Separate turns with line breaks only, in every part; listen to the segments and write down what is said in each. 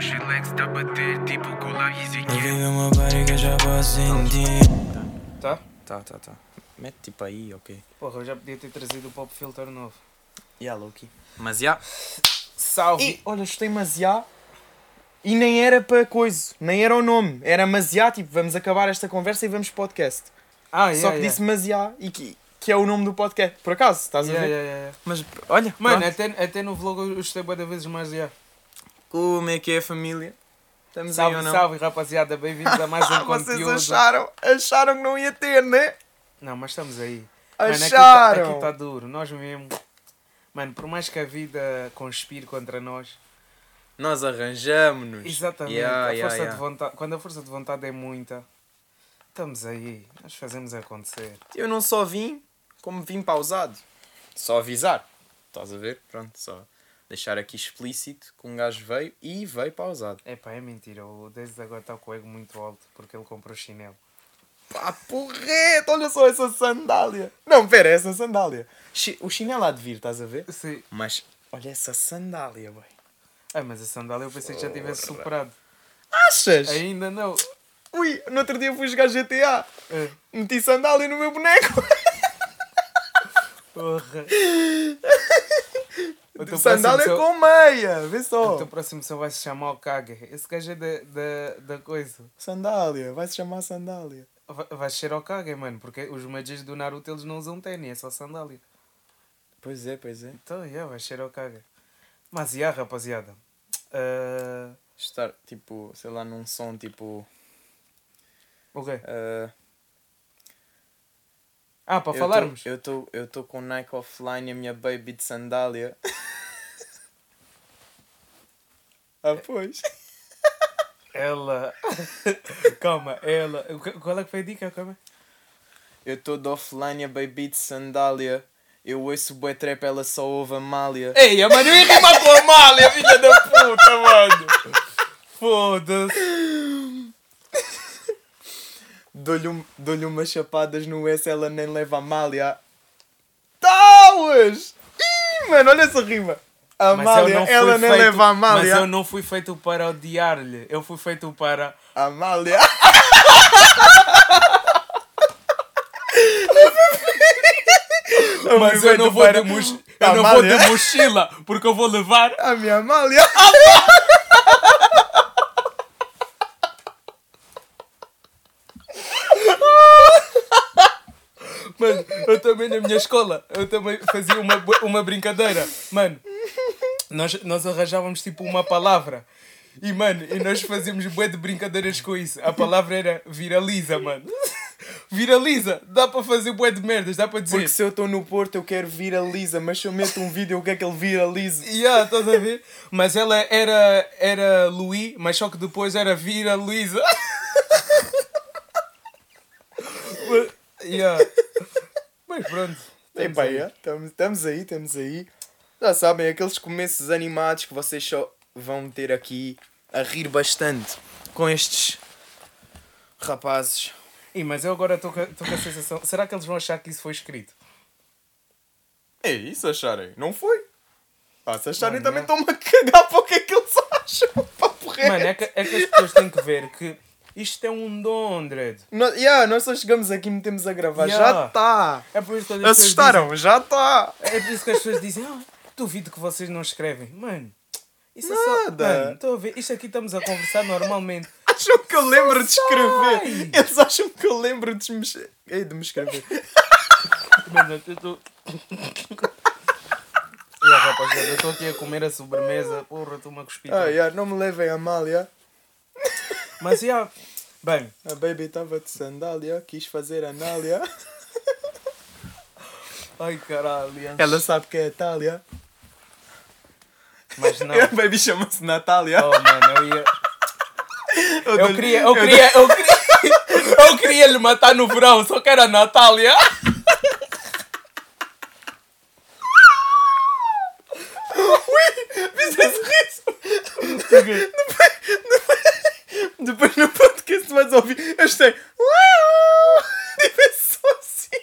Cheio de legs, tá a bater tipo cola easy
Liga o meu body que eu já posso sentir.
Tá?
Tá, tá, tá. Mete tipo aí, ok.
Porra, eu já podia ter trazido o pop filter novo.
Ya, Loki. Mas já.
Salve!
E olha, chutei Maziá e nem era para coisa, nem era o nome, era Maziá, tipo, vamos acabar esta conversa e vamos pro podcast.
Ah,
Só que disse Maziá e que, que é o nome do podcast, por acaso, estás a
Yeah,
ver? é
yeah, yeah.
Mas olha,
Mano,
pronto.
até, até no vlog eu gostei bué de vezes mais já.
como é que é a família? Estamos aí
Salve,
ou não?
salve, rapaziada. Bem-vindos a mais um
Ah, vocês
conteúdo.
acharam, acharam que não ia ter, né?
Não, mas estamos aí. Mano, aqui tá-
Acharam!
aqui está duro. Nós mesmo. Mano, por mais que a vida conspire contra nós,
Nós arranjamos-nos.
exatamente,
Yeah,
a
yeah,
força
yeah.
De vontade, quando a força de vontade é muita, estamos aí. Nós fazemos acontecer.
Eu não só vim, como vim pausado. Só avisar. Estás a ver? Pronto, só deixar aqui explícito que um gajo veio e veio pausado.
Epá, é mentira. O Desde agora está com o ego muito alto porque ele comprou chinelo.
Pá, porreta! Olha só essa sandália! Não, pera, é essa sandália. Chi- O chinelo há de vir, estás a ver?
Sim.
Mas olha essa sandália, bem.
Ah, mas a sandália eu pensei que já tivesse
Porra.
superado.
Achas?
Ainda não.
Ui, no outro dia fui jogar GTA.
É.
Meti sandália no meu boneco.
Porra. Então O teu
sandália
próximo
com meia, vê
só- O
só.
teu próximo só vai se chamar o Kaga. Esse gajo é da, da, da coisa.
Sandália, vai se chamar sandália.
Vai, vai ser o Kaga, mano, porque os mages do Naruto eles não usam tênis, é só sandália.
Pois é, pois é.
Então, yeah, vai ser o Kaga. Mas, yeah, rapaziada. Ah,
Estar, tipo, sei lá, num som, tipo...
o quê?
ah,
Ah, para
eu
falarmos?
tô- Eu estou eu tô com o Nike offline e a minha baby de sandália. ah, pois.
Ela. Calma, ela. Qu- Qual é que foi a dica? Calma.
Eu estou de offline e a baby de sandália. Eu ouço o bué trap, ela só ouve a malha.
Ei, mano, eu ia rimar com a malha, filha da puta, mano. Foda-se.
Dou-lhe um, dou umas chapadas no S, ela nem leva a malha. Tauas! Tá, Ih, mano, olha essa rima. A
Mas eu
malha,
não fui
ela nem
feito-
leva a
Mas
malha.
eu não fui feito para odiar-lhe. Eu fui feito para.
A malha.
Mas eu não vou, de, moch... eu não vou de
Amália.
mochila, porque eu vou levar.
A minha malha.
Mano, eu também na minha escola, eu também fazia uma, bo- uma brincadeira. Mano, nós, nós arranjávamos tipo uma palavra. E mano, e nós fazíamos bué de brincadeiras com isso. A palavra era viraliza, mano. Viraliza, dá para fazer bué de merdas, dá para dizer.
Porque se eu estou no Porto, eu quero viraliza, mas se eu meto um vídeo, eu quero que ele viralize.
Yeah, estás a ver? Mas ela era, era Louis, mas só que depois era Vira Luísa. yeah. Mas pronto. estamos
Epá,
aí.
é, estamos, estamos aí, estamos aí. Já sabem, aqueles começos animados que vocês só vão ter aqui a rir bastante com estes rapazes.
Ih, mas eu agora estou com estou com a sensação. Será que eles vão achar que isso foi escrito?
É isso, acharem? Não foi? Ah, se acharem
Mano,
também
é.
estão-me a cagar para o que é que eles acham. Para porrer.
Mano, é que, é que as pessoas têm que ver que isto é um dom, Dredd.
Nós, yeah, nós só chegamos aqui e metemos a gravar. Já
Yeah.
está.
É por isso que as pessoas
Assustaram, já tá. está.
dizem- é por isso que as pessoas dizem: ah, duvido que vocês não escrevem. Mano, isso é só.
Nada.
Mano, estou a ver. Isto aqui estamos a conversar normalmente.
Acham que eu lembro de
sai.
escrever. Eles acham que eu lembro de me, es- Ei, de me escrever.
Mano, eu estou. E rapaziada, eu estou aqui a comer a sobremesa. Porra, estou-me a cuspir.
Ah, yeah, não me levem a mal, yeah.
Mas já. Bem,
A baby estava de sandália, quis fazer anália.
ai caralho.
Ela sabe que é Itália.
Mas não.
A baby chama-se Natália.
Oh, mano, eu ia. Eu
dou-lhe-
queria, eu queria, eu queria, eu queria lhe matar no verão, só que era a Natália.
Fizeste riso. Depois, depois, depois no podcast vais ouvir. Eu estou. Uau! Tipo, é só assim.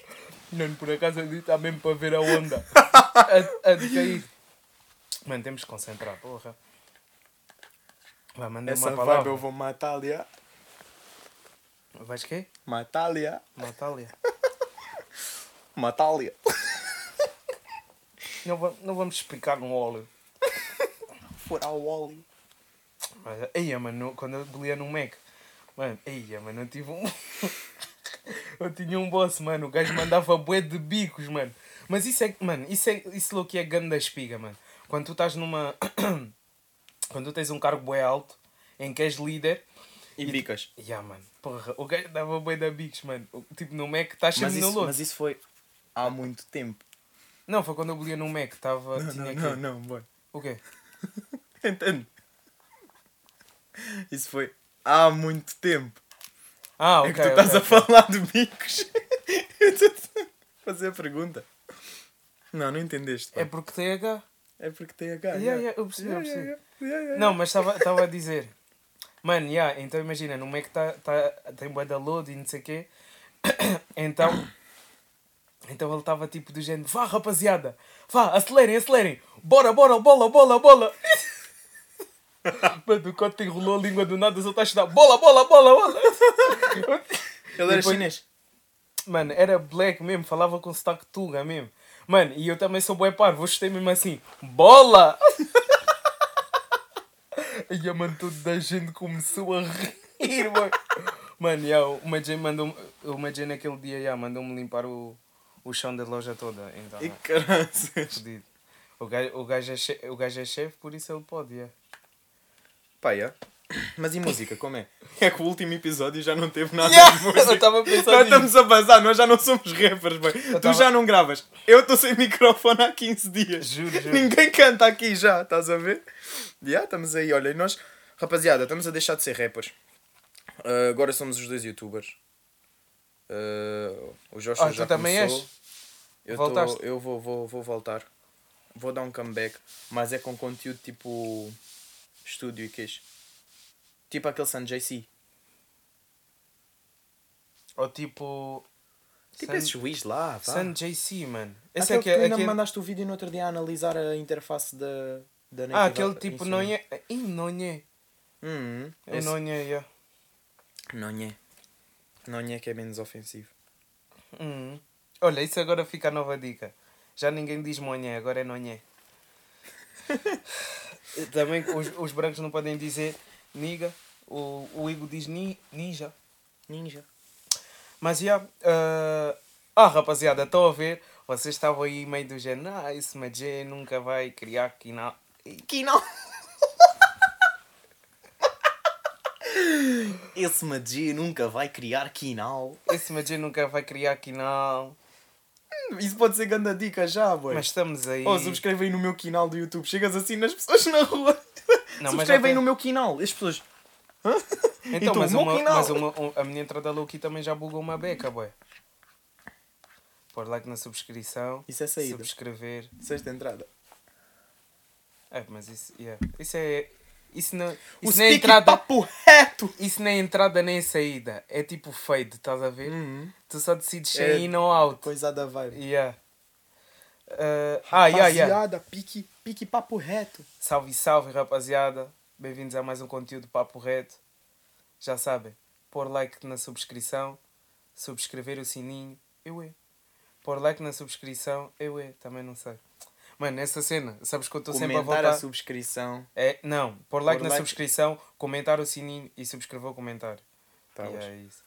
Não, por acaso ali está mesmo para ver a onda. A, a de cair. Mano, temos que concentrar, porra. Vai mandar
Essa
uma
vibe
palavra.
eu vou matar-lhe.
Vais quê?
Matar-lhe.
Natália.
Matar-lhe.
não, va- não vamos explicar um óleo.
Fora o Wally.
Mas, eia, mano, não- quando eu bolia no Mac, mano, eia, mano, eu tive um. eu tinha um boss, mano, o gajo mandava bué de bicos, mano. Mas isso é, mano, isso é, isso louco é ganda espiga, mano. Quando tu estás numa. quando tu tens um cargo bué alto, em que és líder.
E bicas.
Ya, mano, porra, o gajo dava bué de bicos, mano. O- Tipo, no Mac, estás
Mas
sempre no
isso,
lodo.
mas isso foi há muito tempo.
Não, foi quando eu bolia no Mac, estava. tinha que-
não, boy.
O quê?
Entende? Isso foi há muito tempo.
Ah,
é
ok.
que tu estás
ok.
a falar de bicos. Eu estou a fazer a pergunta. Não, não entendeste.
É
É,
porque tem H.
é porque tem a cara.
Yeah, yeah, eu percebi, eu percebi.
yeah, yeah.
Não, mas estava a dizer. Mano, yeah, então imagina, no Mac tá, tá, tem bué da load e não sei o quê. Então, então ele estava tipo do género, vá rapaziada, vá, acelerem, acelerem, bora, bora, bola, bola, bola. Mano, o Cote enrolou a língua do nada, só está a chutar, bola, bola, bola, bola.
Ele era
Depois-
chinês.
Mano, era black mesmo, falava com sotaque tuga mesmo. Mano, e eu também sou bué parvo, eu chutei mesmo assim, bola! e a mano, toda a gente começou a rir, mano. Mano, yeah, o Majay mandou-me, o Majay naquele dia, yeah, mandou-me limpar o, o chão da loja toda, então,
E
mano,
caranças.
fodido. O gajo, o, gajo é che- o gajo é chefe, por isso ele pode, yeah.
Pá, yeah. Mas e música, como é? É que o último episódio já não teve nada de música.
Eu estava a
Nós
pensar nisso.
estamos a bazar, nós já não somos rappers, bem. Tu
tava-
já não gravas. Eu estou sem microfone há 15 dias.
Juro, juro.
Ninguém canta aqui já, estás a ver? Já estamos aí, olha, e nós, rapaziada, estamos a deixar de ser rappers. Ah, agora somos os dois youtubers. Ah, o Jorge
Ah,
já
tu também
começou.
és?
Eu, tô-
Voltaste?
eu vou, vou, vou voltar. Vou dar um comeback, mas é com conteúdo tipo estúdio e queixo. Tipo aquele Sanjay C.
Ou tipo...
Tipo
San-
esses Wiz lá, vá.
San JC, mano. Esse
Esse
é que
tu
é...
ainda me
aquele-
mandaste o vídeo no outro dia a analisar a interface da, da
Ah,
Native
aquele
App.
tipo
Isso
Nonhé.
mesmo.
Ih, Nonhé.
Hum,
É Nonhé, yeah.
Nonhé. Nonhé que é menos ofensivo.
Hum. Olha, isso agora fica a nova dica. Já ninguém diz Monhé, agora é Nonhé. Também os, os brancos não podem dizer niga. O, o Igor diz ni, ninja.
Ninja.
Mas já. ah, ah, rapaziada, estão a ver? Vocês estavam aí meio do género. Ah, esse Majé nunca vai criar quinal.
Kino. Esse Magia nunca vai criar Kinal.
Esse Majé nunca vai criar quinal.
Isso pode ser grande dica já, boi.
Mas estamos aí.
Oh, subscreve aí no meu canal do YouTube. Chegas assim nas pessoas na rua.
Não, mas já
subscreve aí
tem-
no meu canal. As pessoas. Hã?
Então,
tu,
mas,
meu
uma,
quinal.
mas uma- um- a minha entrada louca também já bugou uma beca, boé. Pôr like na subscrição.
Isso é saída.
Subscrever.
Sexta entrada.
É, mas isso, yeah. isso é. Isso não,
O
isso não é
speak
entrada.
papo reto.
Isso nem é entrada nem é saída. É tipo fade, estás a ver?
Uhum.
Tu só decides se
É-
é in ou out.
Coisada vibe.
Yeah. Uh, ah, yeah, yeah.
pique, pique papo reto.
Salve, salve, rapaziada. Bem-vindos a mais um conteúdo Papo Reto. Já sabem, pôr like na subscrição, subscrever o sininho, eu é. Pôr like na subscrição, eu é. Também não sei. Mano, essa cena, sabes que eu estou sempre a
Comentar
voltar.
a subscrição.
É, não, pôr like
Pôr
na
like.
subscrição, comentar o sininho e subscrever o comentário.
Tá,
e é
hoje.
isso.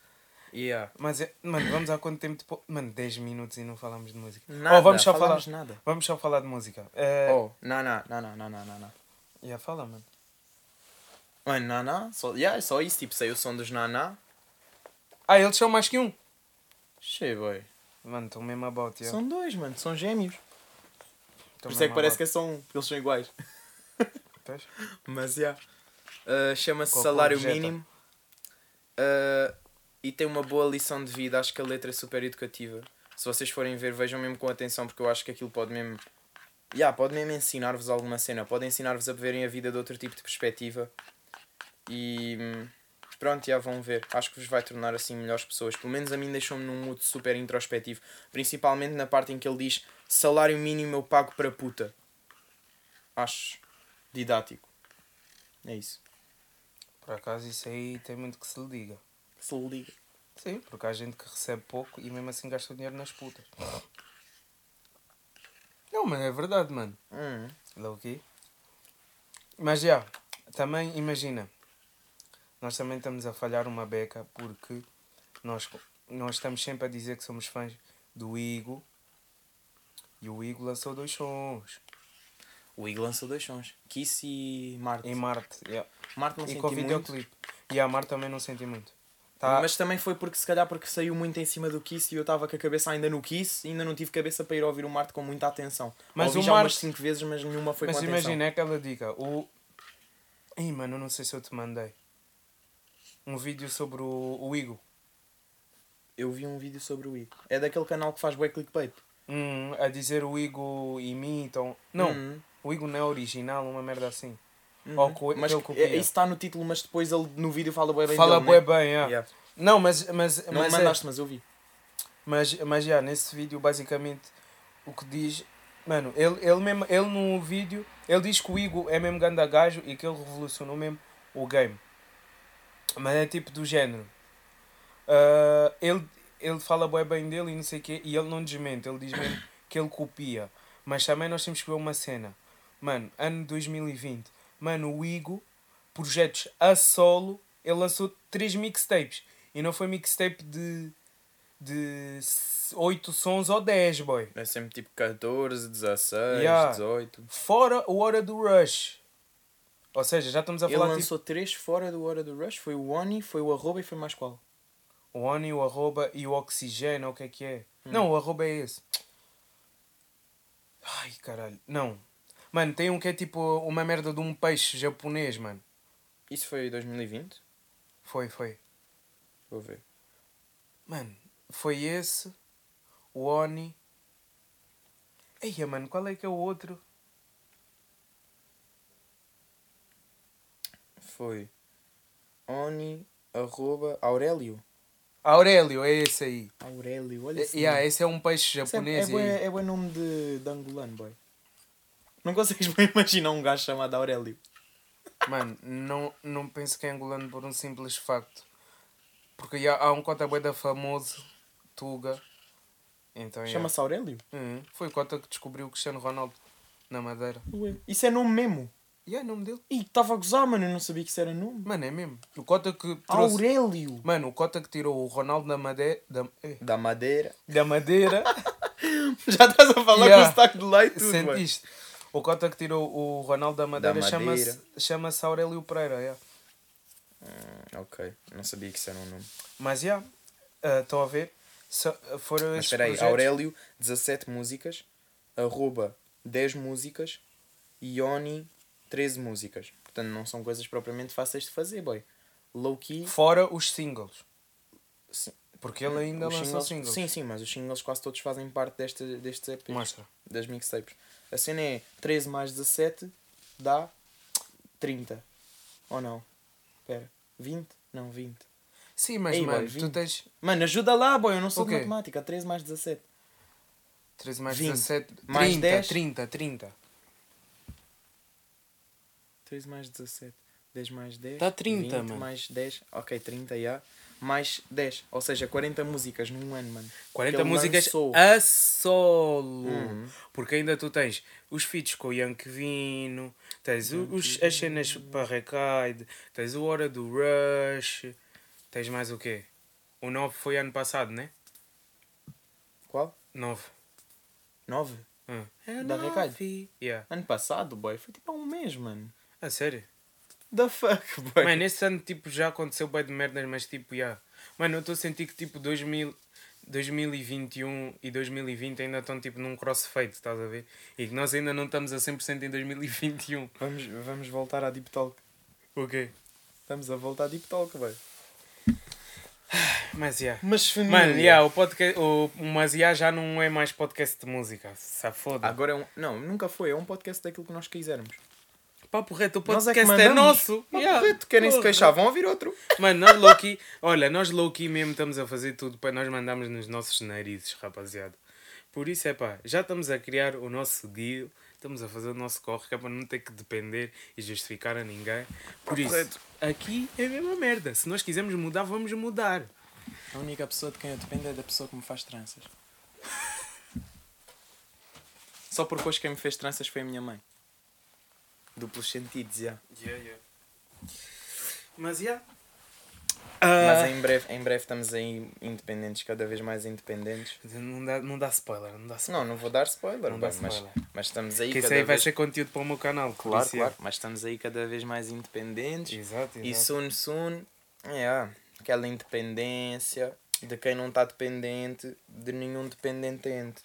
Yeah.
Mas, é- mano, vamos há quanto tempo depois? Mano, 10 minutos e não falamos de música.
Nada,
oh, vamos só falar.
falamos nada.
Vamos só falar de música. Eh,
Oh, não, não, não, não, não, não, não, não.
Já fala, mano.
Mano, não, não. Só, yeah, é só isso, tipo, saiu o som dos naná.
Ah, eles são mais que um.
Cheio, boy.
Mano, estão mesmo about, yeah.
São dois, mano, são gêmeos.
Tão
Por isso é que
mesmo
parece que
about.
é só um, porque eles são iguais.
Pois.
Mas, já. Yeah. Uh, Chama-se
Qual
Salário
projeta?
Mínimo. Uh, e tem uma boa lição de vida. Acho que a letra é super educativa. Se vocês forem ver, vejam mesmo com atenção, porque eu acho que aquilo pode mesmo. Yeah, pode mesmo ensinar-vos alguma cena. Pode ensinar-vos a verem a vida de outro tipo de perspectiva. E. hum, Pronto, já vão ver. Acho que vos vai tornar assim melhores pessoas. Pelo menos a mim deixou-me num mood super introspectivo. Principalmente na parte em que ele diz salário mínimo eu pago para puta. Acho didático. É isso.
Por acaso isso aí tem muito que se lhe diga.
Se lhe liga.
Sim, porque há gente que recebe pouco e mesmo assim gasta o dinheiro nas putas. Não, mas é verdade, mano.
Hum.
Low key. é Mas já, também imagina, nós também estamos a falhar uma beca porque nós, nós estamos sempre a dizer que somos fãs do Igo e o Igo lançou dois sons
O Igor lançou dois sons. Kiss e Marte.
em Marte. yeah.
Marte não
E
senti
com o
muito.
videoclipe. E a Marte também não senti muito. Tá,
Mas também foi porque se calhar porque saiu muito em cima do Kiss e eu estava com a cabeça ainda no Kiss e ainda não tive cabeça para ir ouvir o Marte com muita atenção.
Mas
Ouvi
o
já umas
Marte-
5 vezes, mas nenhuma foi
mas
com atenção.
imagina é aquela dica. O... Ih, mano, eu não sei se eu te mandei. Um vídeo sobre o, o Igo.
Eu vi um vídeo sobre o Igor. É daquele canal que faz bué clickbait.
Hum, a dizer o Igo imitam. então, Não,
Hum.
o Igo não é original, uma merda assim.
Uhum.
Ou co-
mas
que ele
que-
copia.
é- isso está no título, mas depois ele no vídeo fala bué bem
Fala
dele,
bué
né?
bem, é.
Yeah.
Não, mas mas
Não
mas,
me mandaste, mas eu vi.
é, mas mas já nesse vídeo basicamente o que diz, mano, ele ele mesmo, ele no vídeo, ele diz que o Igo é mesmo ganda gajo e que ele revolucionou mesmo o game. Mas é tipo do género. Ah, ele ele fala bué bem dele e não sei o quê, e ele não desmente, ele diz mesmo que ele copia. Mas também nós temos que ver uma cena. Mano, ano 2020. Mano, o Igo, projetos a solo, ele lançou 3 mixtapes. E não foi mixtape de, de 8 sons ou 10, boy.
É sempre tipo 14, 16,
Yeah.
18.
Fora o Hora do Rush. Ou seja, já estamos a
Ele
falar tipo,
lançou três fora do Hora do Rush. Foi o Oni, foi o Arroba e foi mais qual?
tipo o Oni, o Arroba e o Oxigênio, ou o que é que é?
Hum.
Não, o Arroba é esse. Ai, caralho. Não. Mano, tem um que é tipo uma merda de um peixe japonês, mano.
Isso foi 2020?
Foi, foi.
Vou ver.
Mano, foi esse, o Oni. Eia, mano, qual é que é o outro?
Foi Oni, arroba, Aurélio.
Aurélio, é esse aí.
Aurélio, olha
É, yeah, esse é um peixe
Isso é,
japonês.
é,
aí.
bué- é bué nome de, de angolano, boy. Não consegues bem imaginar um gajo chamado Aurélio.
Mano, não, não penso que é angolano por um simples facto. Porque já há um cota boeda famoso, Tuga. Então, yeah.
Chama-se Aurélio?
Uhum. Foi o cota que descobriu o Cristiano Ronaldo na Madeira.
Ué. Isso é nome mesmo.
E é o nome dele.
Ih, estava a gozar, mano. Eu não sabia que isso era nome.
Mano, é mesmo. O cota que
Ah,
trouxe...
Aurélio.
Mano, o cota que tirou o Ronaldo da Madeira... Da, eh,
Da Madeira.
da Madeira...
Já estás a falar
Yeah.
com o sotaque de lá e tudo, boy.
Sentiste? O cota que tirou o Ronaldo da Madeira,
Madeira.
chama-se chama Aurélio Pereira, yeah.
Ok, não sabia que isso era um nome.
Mas, já, yeah, estão a ver? Só- eh, foram
Mas
esses
espera aí,
projetos.
Aurélio, 17 músicas, arroba 10 músicas, Ioni, 13 músicas. Portanto, não são coisas propriamente fáceis de fazer, boy. Low key,
Fora os singles.
Sim.
Porque ele ainda
os
lançou
singles,
singles.
Sim, sim, mas os singles quase todos fazem parte desta, destes EPs,
Mostra.
das mixtapes. A cena é 13 mais 17 dá 30. Ou não? Espera, 20? Não, 20.
Sim, mas,
Ei,
mano,
boy,
tu
vinte.
tens
Mano, ajuda lá, boy, eu não sou
O
de
quê?
matemática. 13 mais 17.
13 mais
Vinte.
17,
Mais
30,
dez.
30, 30.
3 mais 17. 10 mais 10.
Dá 30,
20
mano.
mais 10. Ok, 30 já. Mais 10. Ou seja, 40 músicas num ano, mano.
40
Porque ele
músicas
lançou-
a solo.
Uhum.
Porque ainda tu tens os feats com o Yankee Vino, tens o- os, as cenas para Recaide, tens o Hora do Rush, tens mais o quê? O 9 foi ano passado, né?
Qual?
9.
9?
Hum.
Da Recaide?
Yeah.
Ano passado, boy. Foi tipo há um mês, mano.
A sério?
The fuck, boy.
Mano, esse ano tipo, já aconteceu bem de merdas, mas tipo, já. Mano, eu estou a sentir que tipo 2000, 2021 e 2020 ainda estão tipo num crossfade, estás a ver? E que nós ainda não estamos a 100% em 2021.
Vamos, vamos voltar à Deep Talk.
O quê?
Estamos a voltar à Deep Talk, boy.
Mas já.
Mas família.
Mano, já, o podcast. O, mas já já não é mais podcast de música. Se foda.
Agora é um. Não, nunca foi. É um podcast daquilo que nós quisermos.
Papo reto, o
Nós é
podcast
que
é,
mandamos.
nosso.
Mas
Já.
correto, querem se
Porra.
queixar, vão ouvir outro.
Mano, nós low-key, olha, nós low-key mesmo estamos a fazer tudo para nós mandarmos nos nossos narizes, rapaziada. Por isso é pá, já estamos a criar o nosso deal Estamos a fazer o nosso corre, que é para não ter que depender e justificar a ninguém. Por isso,
correto.
aqui é a mesma merda. Se nós quisermos mudar, vamos mudar.
A única pessoa de quem eu dependo é da pessoa que me faz tranças.
Só porque hoje quem me fez tranças foi a minha mãe. Duplos sentidos, já.
Mas, já.
Ah.
Mas em breve, em breve estamos aí independentes, cada vez mais independentes.
Não dá, não dá spoiler, não dá spoiler.
Não, não vou dar spoiler,
Não dá
bem,
spoiler.
Mas, mas estamos aí
Que isso
cada
aí vai
vez...
ser conteúdo para o meu canal. por
Claro,
isso é.
claro. Mas estamos aí cada vez mais independentes.
Exato,
E
exato.
soon, soon, é, aquela independência de quem não está dependente de nenhum dependente.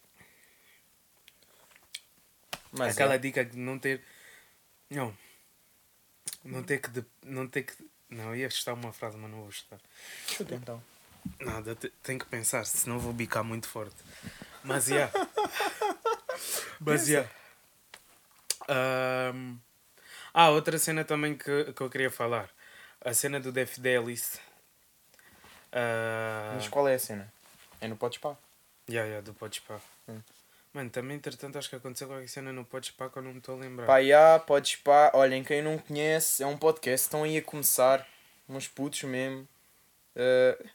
Mas
Aquela
é,
dica de não ter. Não. Não ter que. de- Não ter que. Não, eu ia chutar uma frase, mas não vou chutar.
chuta então.
Nada, te- tenho que pensar, senão vou bicar muito forte. Mas yeah. Mas yeah. Ahm, Ah, outra cena também que, que eu queria falar. A cena do Def Delis. Ah,
Mas qual é a cena? É no Podes Pá.
yeah, yeah, do Podspah.
Hum.
Mano, também entretanto acho que aconteceu qualquer cena no Podspah que eu não me estou a lembrar.
Pá, já, Podes Pá. ah, Olhem, quem não conhece, é um podcast. Estão aí a começar. Uns putos mesmo. Uh,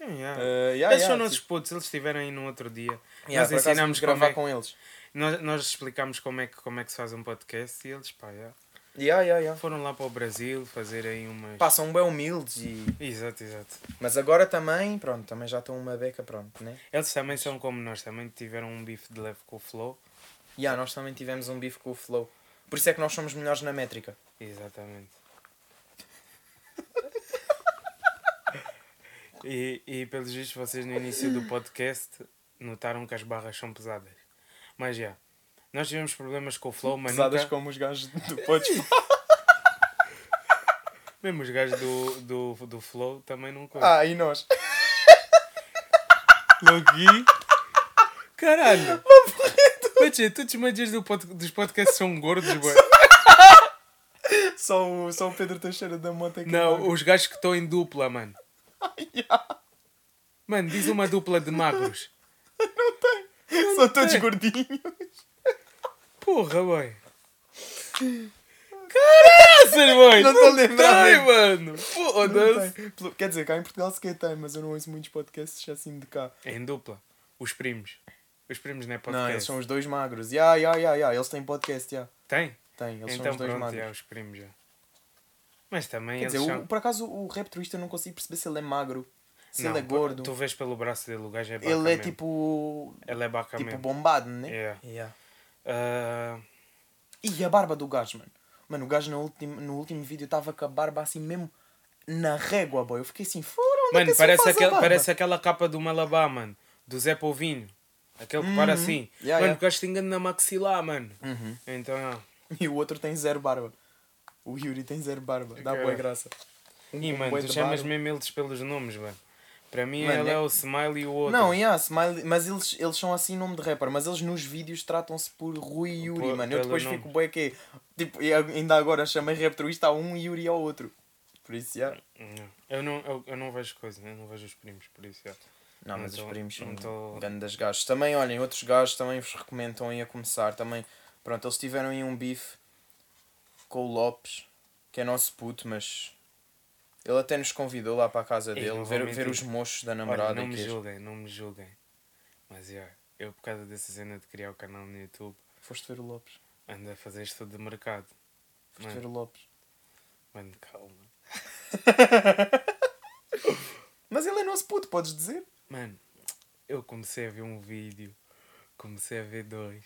Yeah, yeah.
uh, já,
eles
já,
é? são nossos
tipo,
putos, eles estiverem aí no outro dia.
já,
nós
por acaso
ensinamos
vamos gravar
como é-
com eles.
Nós, nós explicámos como é, que, como é que se faz um podcast e eles, pá, yeah.
Já, já, já.
Foram lá para o Brasil fazer aí umas.
Pá, são bem humildes e...
Exato, exato.
Mas agora também, pronto, também já estão uma beca, pronto, né?
Eles também são como nós, também tiveram um bife de leve com o Flow.
E ah, nós também tivemos um bife com o Flow. Por isso é que nós somos melhores na métrica.
Exatamente. e, e pelos vistos, vocês no início do podcast notaram que as barras são pesadas. Mas já. Nós tivemos problemas com o Flow, mas nunca...
como os gajos do Podes
Mesmo os gajos do, do, do Flow também não conhecem.
Ah, e nós? Ah.
Logui. Caralho.
então.
Mas, tchê, todos os mandias do pod- dos podcasts são gordos, boy.
Só o, só o Pedro Teixeira da Mota que
Não, os gajos que estão em dupla, mano. Mano, diz uma dupla de magros.
são todos gordinhos.
Porra, boy. Caralho, boy.
Não tô lembrado.
tem, mano. Foda-se.
Quer dizer, cá em Portugal sequer tem, mas eu não ouço muitos podcasts assim de cá.
É em dupla. Os primos. Os primos não é
Não,
podcast.
eles são os dois magros. Ya, ya, ya, ya, eles têm podcast, ya.
Tem?
Tem, eles são
então
os dois
pronto, é
magros.
os primos já. Mas também
Quer
eles
dizer, o-
são...
por acaso o rap truísta eu não consigo perceber se ele é magro, se
Não,
ele é
pô,
gordo.
Tu vês pelo braço dele, o gajo é baca
Ele é
mesmo.
tipo.
Ele é baca
Tipo
mesmo.
bombado, né?
Yeah.
Yeah.
Ah,
E a barba do gajo, mano. Mano, o gajo no último, no último vídeo estava com a barba assim mesmo na régua, boy. Eu fiquei assim, fora, onde é que
Mano,
esse
parece,
faz a
aquele,
barba?
parece aquela capa do Malabá, mano. Do Zé Povinho. Aquele que para assim.
Uhum. Yeah, Uhum.
mano,
yeah.
o gajo tem engano na maxilar, mano. Então, ah.
E o outro tem zero barba. O Yuri tem zero barba. Dá boa
Cara.
graça.
Ih, mano,
bué
tu
Um de
chamas
barba.
mesmo eles pelos nomes, mano. Para mim,
Mano,
ele é...
é-
o Smile e o outro.
Não, yeah, smile, mas eles, eles são assim nome de rapper, mas eles nos vídeos tratam-se por Rui e Yuri,
Por-
mano. Eu
pelo
depois
nome.
fico bué que tipo, e ainda agora chamei rap truísta a um e Yuri ao outro. Por isso, yeah.
Não. Eu não, eu, eu não vejo coisas, eu não vejo os primos, por isso, já.
Não, mas
Não
os
tô-
primos
não
são
tô-
grandes gajos. Também, olhem, outros gajos também vos recomendam aí a começar. Também, pronto, eles tiveram aí um bife com o Lopes, que é nosso puto, mas ele até nos convidou lá para a casa
Ei,
dele,
não vou
ver,
mentir.
ver os mochos da
Olha,
namorada.
não
e é
me
queijo.
julguem, não me julguem. Mas, já, eu por causa dessa cena de criar o canal no YouTube,
Foste ver o Lopes.
ando a fazer estudo de mercado.
Foste
Mano.
ver o Lopes.
Mano, calma.
Mas ele é nosso puto, podes dizer?
Mano, eu comecei a ver um vídeo, comecei a ver dois,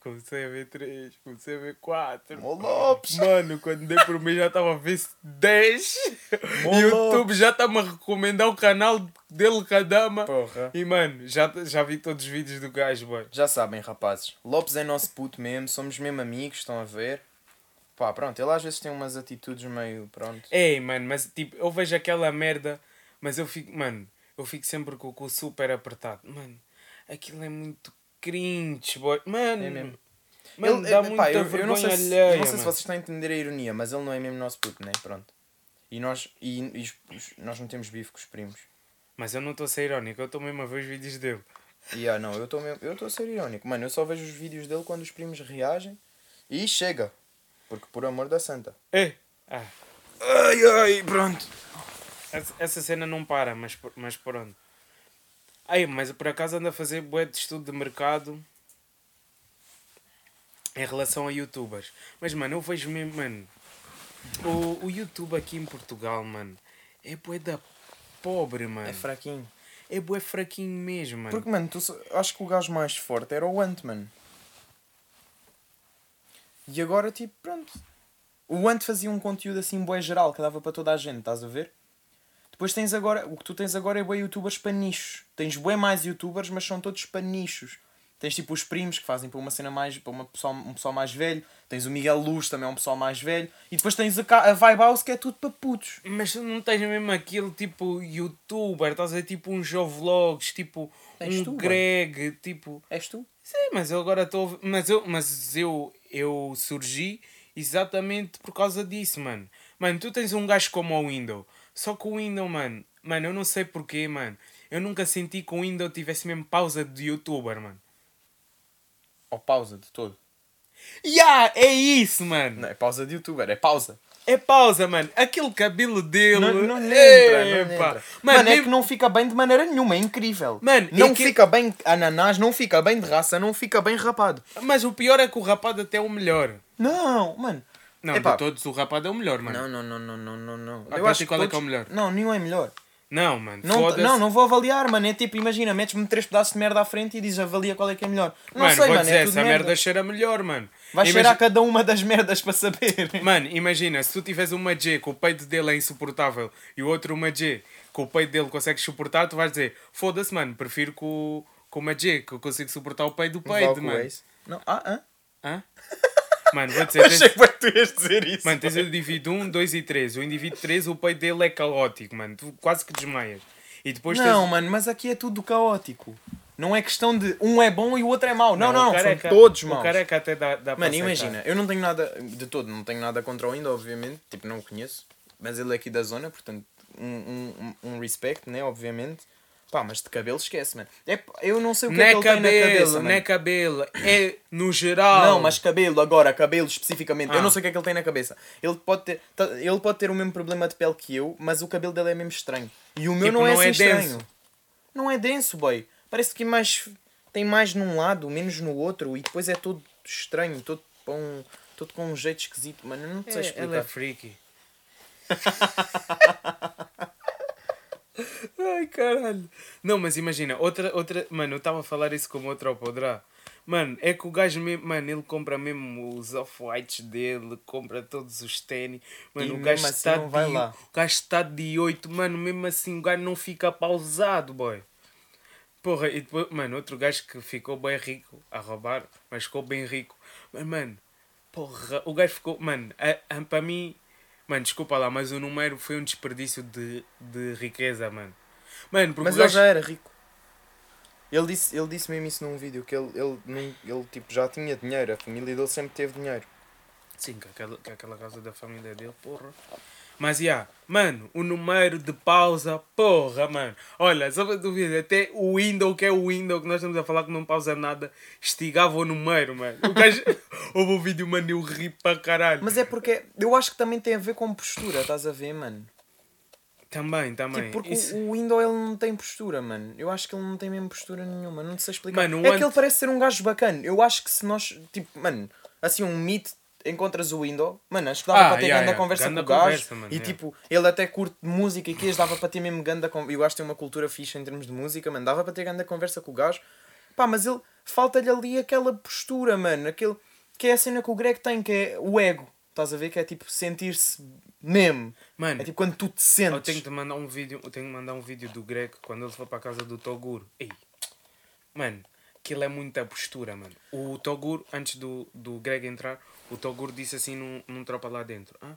comecei a ver três, comecei a ver quatro.
Mó Lopes!
Mano, quando dei por mim já estava a ver 10.
Mó
E o YouTube já está-me a recomendar o canal dele Kadama.
Porra.
E mano, já, já vi todos os vídeos do gajo, boy.
Já sabem, rapazes. Lopes é nosso puto mesmo, somos mesmo amigos, estão a ver. Pá, pronto, ele às vezes tem umas atitudes meio. Pronto.
Ei, mano, mas tipo, eu vejo aquela merda, mas eu fico, mano, eu fico sempre com o cu super apertado. Mano, aquilo é muito cringe, boy. Mano,
É mesmo.
mano,
Ele-
dá
eh,
muita
pá, eu- eu,
vergonha
não sei, se,
alheia,
eu não sei se
mano.
vocês estão a entender a ironia, mas ele não é mesmo nosso puto, né? Pronto. E nós, e, e os- os- nós não temos bife com os primos.
Mas eu não estou a ser irónico, eu estou mesmo a ver os vídeos dele.
E ah, não, eu estou mesmo- eu estou a ser irónico. Mano, eu só vejo os vídeos dele quando os primos reagem E chega. Porque por amor da santa.
Ei! Ah,
Ai, ai, pronto.
essa, essa cena não para, mas, por- mas pronto. Ai, mas por acaso anda a fazer bué de estudo de mercado em relação a youtubers. Mas, mano, eu vejo mesmo, mano, o, o YouTube aqui em Portugal, mano, é bué da pobre, mano.
É fraquinho.
É bué fraquinho mesmo, mano.
Porque, mano, tu, só- acho que o gajo mais forte era o Ant-Man. E agora, tipo, pronto. O Ant fazia um conteúdo assim, boé geral, que dava para toda a gente, estás a ver? Depois tens agora, o que tu tens agora é boé youtubers para nichos. Tens boé mais youtubers, mas são todos para nichos. Tens tipo os primos que fazem para uma cena mais, para uma pessoa, um pessoal mais velho. Tens o Miguel Luz, também é um pessoal mais velho. E depois tens a, ca- a Vibe House, que é tudo para putos.
Mas tu não tens mesmo aquele tipo youtuber, estás a ver tipo uns jovlogs, tipo
Tens
um
tu, mano.
Greg, tipo.
És tu?
Sim, mas eu agora estou. Mas eu, mas eu, eu surgi exatamente por causa disso, mano. Mano, tu tens um gajo como o Window. Só que o Window, mano, mano, eu não sei porquê, mano. Eu nunca senti que o Window tivesse mesmo pausa de youtuber, mano.
Ou pausa de todo.
Yeah, é isso, mano.
Não, é pausa de youtuber, é pausa.
É pausa, mano. Aquele cabelo dele.
Não, não entra, não
Epa.
entra. Mano,
Mano,
é
nem-
que não fica bem de maneira nenhuma, é incrível.
Mano,
não
é que-
fica bem ananás, não fica bem de raça, não fica bem rapado.
Mas o pior é que o rapaz até é o melhor.
Não, mano.
Não,
Epá.
de todos o rapaz é o melhor, mano. Não,
Não, não, não, não, não, não, não.
Ah, então e qual é que é o melhor?
Não, nenhum é melhor.
mano.
Não,
foda-se.
não, não vou avaliar, mano. É tipo, imagina, metes-me três pedaços de merda à frente e dizes avalia qual é que é melhor. Não
Mano,
sei,
vou
mano,
dizer,
é tudo
essa
merda.
merda. cheira melhor, mano.
Vai
Imagi-
cheirar cada uma das merdas para saber.
Mano, imagina, se tu tiveres uma G que o peito dele é insuportável e o outro uma G que o peito dele consegue suportar, tu vais dizer, foda-se, mano, prefiro com, com uma G que eu consigo suportar o peito do peito,
Logo
mano.
esse. Não, ah, ah.
Hã? Mano, vou dizer, tens-
Achei que tu ias dizer isso.
Mano, tens o indivíduo 1, 2 e 3. O indivíduo 3, o peito dele é caótico, mano. Tu quase que desmaias. E depois tens-
não, mano, mas aqui é tudo caótico. Não é questão de um é bom e o outro é mau. Não,
o
não,
careca-
são todos
o
maus.
careca até dá, dá pra
Mano,
aceitar.
imagina, eu não tenho nada, de todo, não tenho nada contra o Indo, obviamente, tipo, não o conheço, mas ele é aqui da zona, portanto, um, um, um um respect, né, obviamente. Pá, mas de cabelo esquece, mano. É, p- eu não sei o que
Não
é
é
que ele tem na cabeça,
cabelo,
mano.
não é cabelo. É no geral.
Não, mas cabelo agora, cabelo especificamente. Eu
Ah.
não sei o que é que ele tem na cabeça. Ele pode, ter, tá- ele pode ter o mesmo problema de pele que eu, mas o cabelo dele é mesmo estranho. E o meu
Tipo,
não é
não
assim
é denso.
estranho. Não é denso, boy. Parece que é mais tem mais num lado, menos no outro, e depois é todo estranho, todo com, todo com um jeito esquisito, mano. Eu não te sei
É, ela é
explicar.
freaky. Ai, caralho. Não, mas imagina, outra, outra. Mano, eu estava a falar isso como outra podrá. Mano, é que o gajo mesmo, mano, ele compra mesmo os off-whites dele, compra todos os ténis. Mano,
E
o
mesmo
gajo
assim
está
não vai
de,
lá.
O gajo está de 8, mano, mesmo assim o gajo não fica pausado, boy. Porra, e depois, mano, outro gajo que ficou bem rico a roubar, mas ficou bem rico. Mas, mano, porra, o gajo ficou. Mano, a- a- para mim. Mano, desculpa lá, mas o número foi um desperdício de, de riqueza, é, mano. Mano, porque
Mas
o
ele
gajo.
já era rico. Ele disse, ele disse mesmo isso num vídeo, que ele, ele, não- ele tipo, já tinha dinheiro, a família dele sempre teve dinheiro.
Sim, que aquela, que é aquela casa da família dele, porra. Mas, já, mano, o número de pausa, porra, mano. Olha, só para duvidar, até o window, que é o window, que nós estamos a falar que não pausa nada, estigava o número, mano. O gajo, houve um vídeo, mano, eu ri para caralho.
Mas é porque eu acho que também tem a ver com postura, estás a ver, mano?
Também, também.
Tipo, porque
Isso-
o Window ele não tem postura, mano. Eu acho que ele não tem mesmo postura nenhuma. Não sei explicar.
Mano, o
é
Ant-
que ele parece ser um gajo bacana. Eu acho que se nós, tipo, mano, assim, um meet, encontras o Window, mano, acho que dava
Ah,
para ter
yeah,
ganda
yeah.
conversa
Ganda
com o gajo.
conversa, mano,
e
yeah.
tipo, ele até curte música e que dava para ter mesmo ganda conversa. Eu acho que tem uma cultura fixa em termos de música, mano. Dava para ter ganda conversa com o gajo. Pá, mas ele falta-lhe ali aquela postura, mano. Aquele, que é a cena que o Greg tem, que é o ego. Estás a ver? Que é tipo sentir-se mesmo.
Mano,
é tipo quando tu te
Eu
sentes.
tenho que mandar um vídeo, eu tenho que mandar um vídeo do Greg quando ele for para a casa do Toguro. Ei. Mano, aquilo é muita postura, mano. O Toguro, antes do, do Greg entrar, o Toguro disse assim num, num tropa lá dentro. Ah,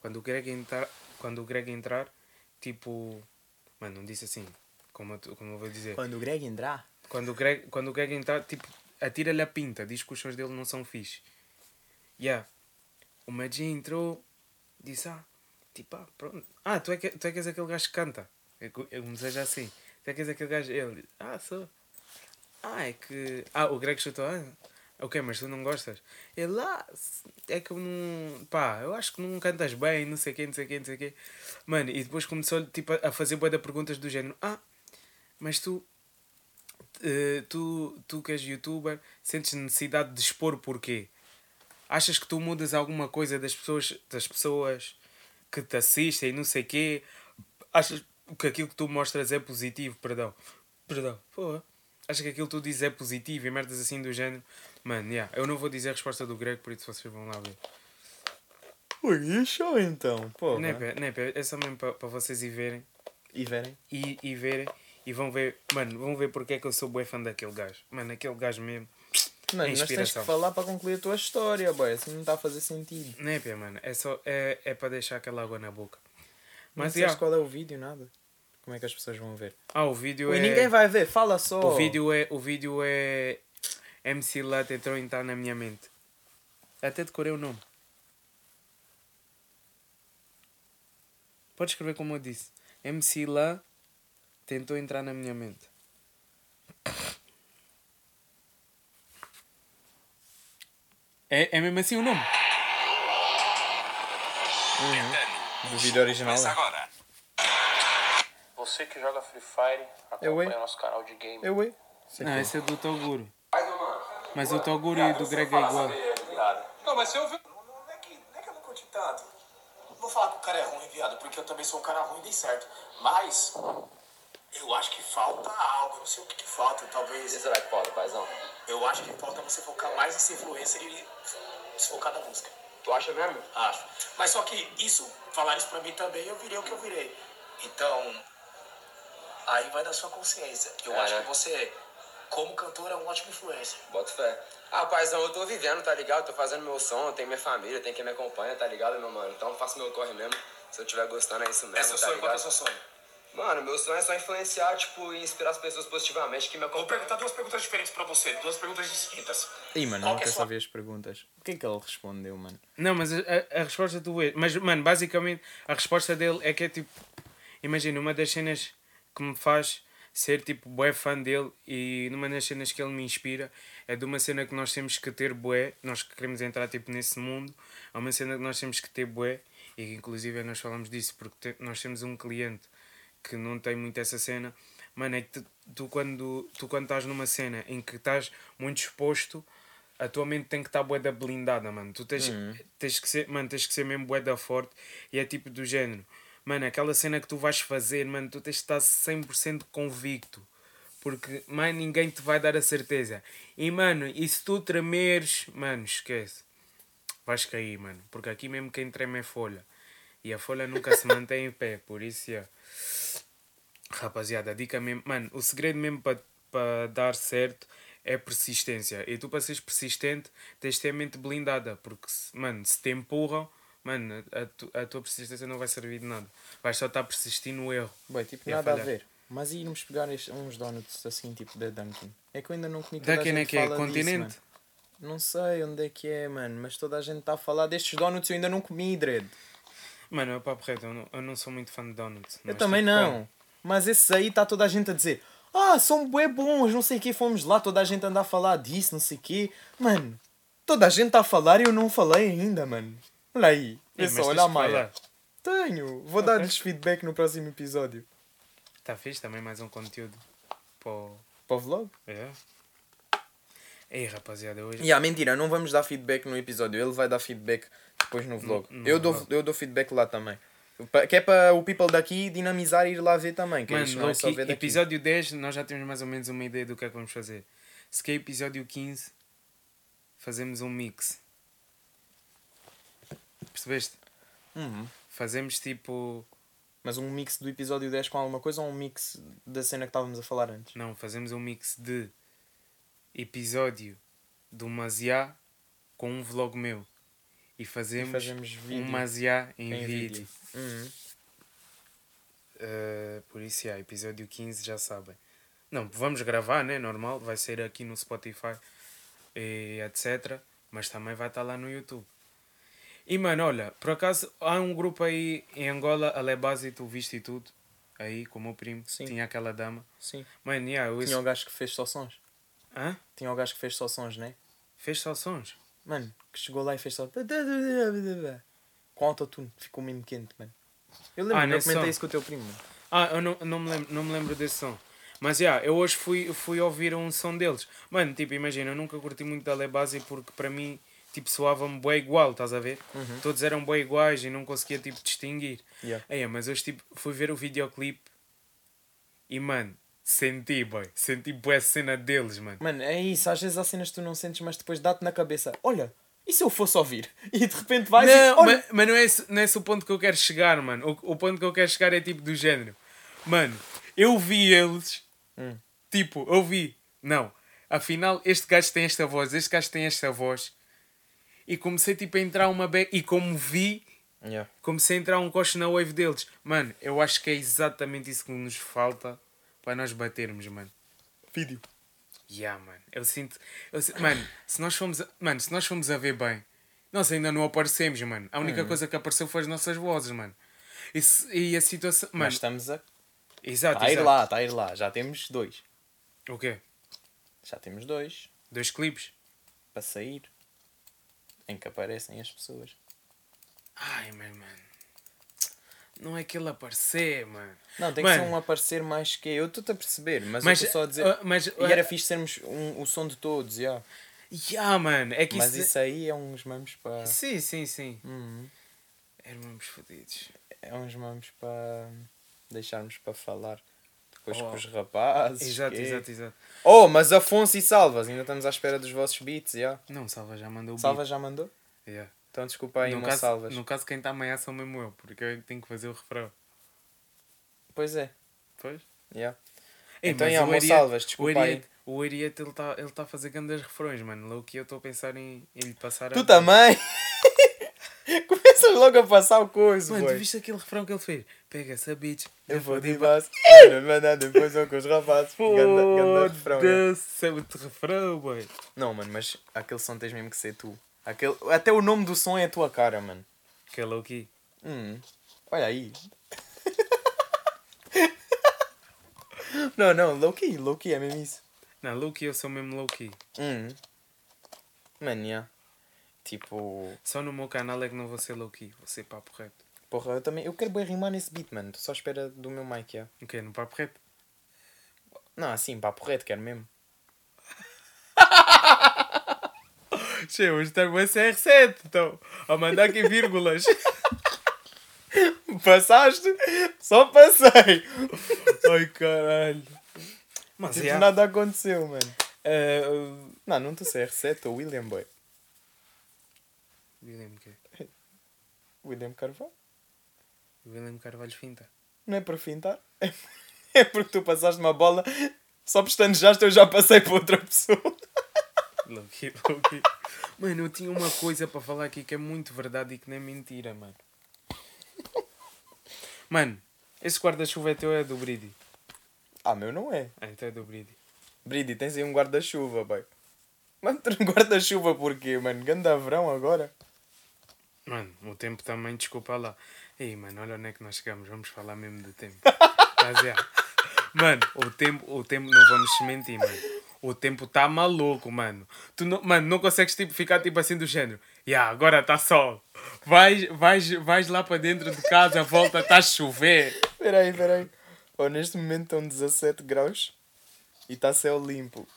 quando o Greg entrar, quando o Greg entrar, tipo, mano, não disse assim, como eu, tô- como eu vou dizer.
Quando o Greg entrar.
Quando o Greg, quando o Greg entrar, tipo, atira-lhe a pinta, diz que os sons dele não são fixe. Yeah. O Magia entrou, disse, ah, tipo, ah, pronto. Ah, tu é que, tu é que és aquele gajo que canta. Eu, co- eu comecei já assim. Tu é que és aquele gajo. Ele, ah, sou. Ah, é que. Ah, o Greg chutou, ah,
Ok, mas tu não gostas? Ele lá, é que eu não. pá, eu acho que não cantas bem, não sei o quê, não sei o quê, não sei o quê. Mano, e depois começou tipo, a fazer boa de perguntas do género: Ah, mas tu. eh, tu, tu que és youtuber, sentes necessidade de expor porquê? Achas que tu mudas alguma coisa das pessoas, das pessoas que te assistem, não sei o quê? Achas que aquilo que tu mostras é positivo? Perdão. Perdão. Porra. Achas que aquilo que tu dizes é positivo e merdas assim do género? Mano, yeah, eu não vou dizer a resposta do grego, por isso vocês vão lá ver.
Ui, show então, pô.
Não é, pé, não é, pé, é só mesmo para vocês e verem.
E verem.
E, e verem. E vão ver, mano, vão ver porque é que eu sou bué fã daquele gajo. Mano, aquele gajo mesmo.
Mano,
É
mas tens que
inspiração.
falar para concluir a tua história, boy. Assim não está a fazer sentido.
Não é, pé, mano. É só. É, é para deixar aquela água na boca.
Mas não
Mas,
sabes
yeah,
qual é o vídeo, nada. Como é que as pessoas vão ver?
ah, o vídeo
Ui,
é.
ninguém vai ver, fala só.
O vídeo é. O vídeo é. MC Lat entrou em tá na minha mente. Até decorei o nome. Pode escrever como eu disse. MC Lá tentou entrar na minha mente. É, é mesmo assim o nome?
do vídeo original. é.
agora. Você que joga Free Fire,
Eu,
acompanha
hein?
nosso canal de game.
Eu, ei.
Não, esse é do Toguro. Mas o Toguro e o do Greg é igual.
Não, mas se eu vi.
Não é, que, não é que eu não curti tanto. Não vou falar que o cara é ruim, viado, porque eu também sou um cara ruim e dei certo. Mas eu acho que falta algo, eu não sei o que, que falta, talvez. Será que falta, paizão? Eu acho que falta você focar mais nessa influência e se focar na música. Tu acha mesmo? Acho. Mas só que isso, falar isso pra mim também, eu virei o que eu virei. Então, aí vai da sua consciência. Eu acho que você, como cantor, é um ótimo influencer.
Boto fé. Ah, paizão, eu tô vivendo, tá ligado? Tô fazendo meu som, eu tenho minha família, tem quem me acompanha, tá ligado, meu mano? Então eu faço meu corre mesmo. Se eu tiver gostando, é isso mesmo,
É seu
tá
sonho, qual é o
ligado?
seu sonho?
Mano, meu sonho é só influenciar, tipo, e inspirar as pessoas positivamente que me
Vou
acompanham.
perguntar duas perguntas diferentes pra você, duas perguntas distintas.
Ih, mano,
Qual
não
que é
quer
a sua-
saber as perguntas. O que é que ele respondeu, mano?
Não, mas a, a- a resposta do ex. Mas, mano, basicamente a resposta dele é que é tipo. Imagina, uma das cenas que me faz ser tipo bué fã dele e numa das cenas que ele me inspira é de uma cena que nós temos que ter bué, nós que queremos entrar tipo nesse mundo, é uma cena que nós temos que ter bué e inclusive nós falamos disso porque te- nós temos um cliente que não tem muito essa cena. Mano, é que tu, tu quando, tu quando estás numa cena em que estás muito exposto, a tua mente tem que estar bué da blindada, mano. Tu tens, tens que ser, mano, tens que ser mesmo bué da forte e é tipo do género. Mano, aquela cena que tu vais fazer, mano, tu tens que estar 100% convicto. Porque, mano, ninguém te vai dar a certeza. E, mano, e se tu tremeres, mano, esquece. Vais cair, mano. Porque aqui mesmo quem treme é folha. E a folha nunca se mantém em pé. Por isso, yeah. Rapaziada, a dica mesmo, mano, o segredo mesmo para pa dar certo é persistência. E tu, para seres persistente, tens de ter a mente blindada, porque, se- mano, se te empurram, mano, a, tu- a tua persistência não vai servir de nada. Vais só estar persistindo no erro.
Boy, tipo,
Ia
nada a
falhar.
ver. Mas e irmos pegar este- uns donuts assim, tipo da Dunkin'? É que eu ainda não comi toda a
Dunkin' é
gente
que é
fala disso,
continente?
mano. não sei onde é que é, mano, mas toda a gente está a falar destes donuts eu ainda não comi, Dred.
Mano, é papo reto, eu não, eu não sou muito fã de donuts.
Eu
mas,
também
tipo,
não.
como?
Mas esses aí está toda a gente a dizer Ah, são bué bons, não sei o quê, fomos lá, toda a gente anda a falar disso, não sei o quê. Mano, toda a gente está a falar e eu não falei ainda, mano. Olha aí,
Ih,
é
mas
só,
tens
olha a
que
Maia.
falar.
Tenho, vou dar-lhes feedback no próximo episódio.
Tá fixe também mais um conteúdo. Pô.
Para o vlog?
É? Ei, rapaziada, hoje.
Yeah, mentira, não vamos dar feedback no episódio. Ele vai dar feedback depois no vlog. eu, dou, eu dou feedback lá também. Pa- Que é para o people daqui dinamizar e ir lá ver também. Que eles
Mano,
não é
low
só
key,
ver daqui.
episódio 10, nós já temos mais ou menos uma ideia do que é que vamos fazer. Se que é episódio 15, fazemos um mix. Percebeste?
Uhum.
Fazemos tipo.
Mas um mix do episódio 10 com alguma coisa ou um mix da cena que estávamos a falar antes?
Não, fazemos um mix de é episódio do Maziá com um vlog meu. E fazemos,
E fazemos vídeo.
um Maziá em,
Em
vídeo.
vídeo. Uhum.
Uh, por isso, yeah, episódio 15, já sabem. Não, vamos gravar, né? Normal, vai ser aqui no Spotify e etc. Mas também vai estar lá no YouTube. E mano, olha, por acaso há um grupo aí em Angola, Alebase, tu viste e tudo. Aí, com o meu primo,
Sim.
tinha aquela dama.
Sim.
Mano, yeah, eu.
Tinha o gajo que fez só sons.
Hã?
Tinha o gajo que fez só sons, né?
Fez só sons.
Mano, que chegou lá e fez só. Com autotune, ficou mesmo quente, mano. Eu lembro,
Ah,
eu
nesse
comentei
som.
isso com o teu primo, mano.
Ah, eu não, não, me lembro, não me lembro desse som. Mas, já, eu hoje fui, fui ouvir um som deles. Mano, tipo, imagina, eu nunca curti muito da Lebase porque para mim, tipo, soava-me bué igual, estás a ver? Todos eram bué iguais e não conseguia, tipo, distinguir.
Yeah.
Aí, mas hoje, tipo, fui ver o videoclipe e, mano, senti, boy. Senti bué a cena deles, mano.
Mano, é isso, às vezes há cenas que tu não sentes, mas depois dá-te na cabeça. Olha, e se eu fosse ouvir? E de repente vais e.
Não,
Olha,
mas, mas não, é esse, não é esse o ponto que eu quero chegar, mano. O, o ponto que eu quero chegar é tipo do género. Mano, eu vi eles. Tipo, eu vi. Não. Afinal, este gajo tem esta voz, este gajo tem esta voz. E comecei tipo a entrar uma beca. E como vi,
Yeah.
comecei a entrar um coche na wave deles. Mano, eu acho que é exatamente isso que nos falta para nós batermos, mano.
Vídeo.
Yeah, mano. Eu sinto. eu si- Mano, se nós fomos a... mano, se nós fomos a ver bem, nós ainda não aparecemos, mano. A
Hum.
única coisa que apareceu foi as nossas vozes, mano. E, se- e a situação. Mano,
Mas tá estamos a.
exato,
Está a ir
exato.
lá, está a ir lá. Já temos dois.
O quê?
Já temos dois
Dois clipes?
para sair. Em que aparecem as pessoas.
Ai, mas, mano. Não é aquele aparecer, mano.
Não, tem
Mano,
que ser um aparecer mais que eu. Estou-te a perceber, mas,
Mas,
eu estou só a dizer.
ah, mas, ah,
e era fixe sermos um- o som de todos, yeah.
Yeah, mano. É que
mas Uhum.
isso. é,
isso aí é uns mamos para.
Sim, sim, sim. Éramos fodidos.
É uns mamos para deixarmos para falar. Depois
Oh.
com os rapazes.
Exato,
que- é
exato, exato.
Oh, mas Afonso e Salvas, ainda estamos à espera dos vossos beats, yeah.
Não, Salva já mandou o beat.
Salvas já mandou?
Yeah.
Então desculpa aí,
no,
uma
caso,
Salvas.
no caso, quem está amanhã sou mesmo eu, porque eu tenho que fazer o refrão.
Pois é,
Pois?
yeah.
Tá Ei,
Então,
mas
yeah,
o
uma
Ariete-
Salvas, desculpa
o Ariete,
aí.
o Ariete, ele está ele tá a fazer grandes refrões, mano. Louco, e eu estou a pensar em, em lhe passar
Tu
a...
também? Começas logo a passar o coiso,
Mano, tu
boy.
viste aquele refrão que ele fez? Pega essa bitch.
Eu vou de base. Mandar depois ao com os rapazes. Ganda, ganda refrão, yeah.
Foda-se, é muito refrão, boy.
Não, mano, mas aquele som tens mesmo que ser tu. Aquele... Até o nome do som é a tua cara, mano.
Que é louqui.
Hum, olha aí. não, não, low-key, low-key, é mesmo isso.
Não, louqui, Ah, eu sou mesmo louqui.
Hum. Mano, yeah. Tipo,
Só no meu canal é que não vou ser louqui. Vou ser papo reto.
porra, eu também. Eu quero bem rimar nesse beat, mano. Tô só à espera do meu mic, yeah.
O quê? No papo reto?
Não, assim, papo reto, quero mesmo.
Che, hoje está com a CR7, então. A mandar aqui vírgulas.
Passaste? Só passei!
Ai, caralho. Mas,
Tipo,
yeah.
nada aconteceu, mano.
Eh, eh,
Não, não estou CR7, estou William Boy.
Guilherme, o quê?
William Carvalho.
Guilherme Carvalho Finta.
Não é para fintar. É- É porque tu passaste uma bola, só pestanejaste eu já passei para outra pessoa.
Louqui, louqui. Mano, eu tinha uma coisa para falar aqui que é muito verdade e que nem é mentira, mano. Mano, esse guarda-chuva é teu ou é do Bridi?
Ah, meu não é.
Ah, então é do Bridi.
Bridi, tens aí um guarda-chuva, boy. Mano, tu não guarda-chuva porquê, mano? Ganda verão agora.
Mano, o tempo também, desculpa lá. Ei, mano, olha onde é que nós chegamos, vamos falar mesmo do tempo. Mas, é. Mano, o tempo, o tempo, não vamos mentir, mano. O tempo tá maluco, mano. Tu não, mano, não consegues tipo, ficar tipo assim do género. Yeah, agora tá sol. Vais, vais, vais lá para dentro de casa, volta, tá a chover.
Peraí, peraí. Oh, neste momento estão 17 graus e está céu limpo.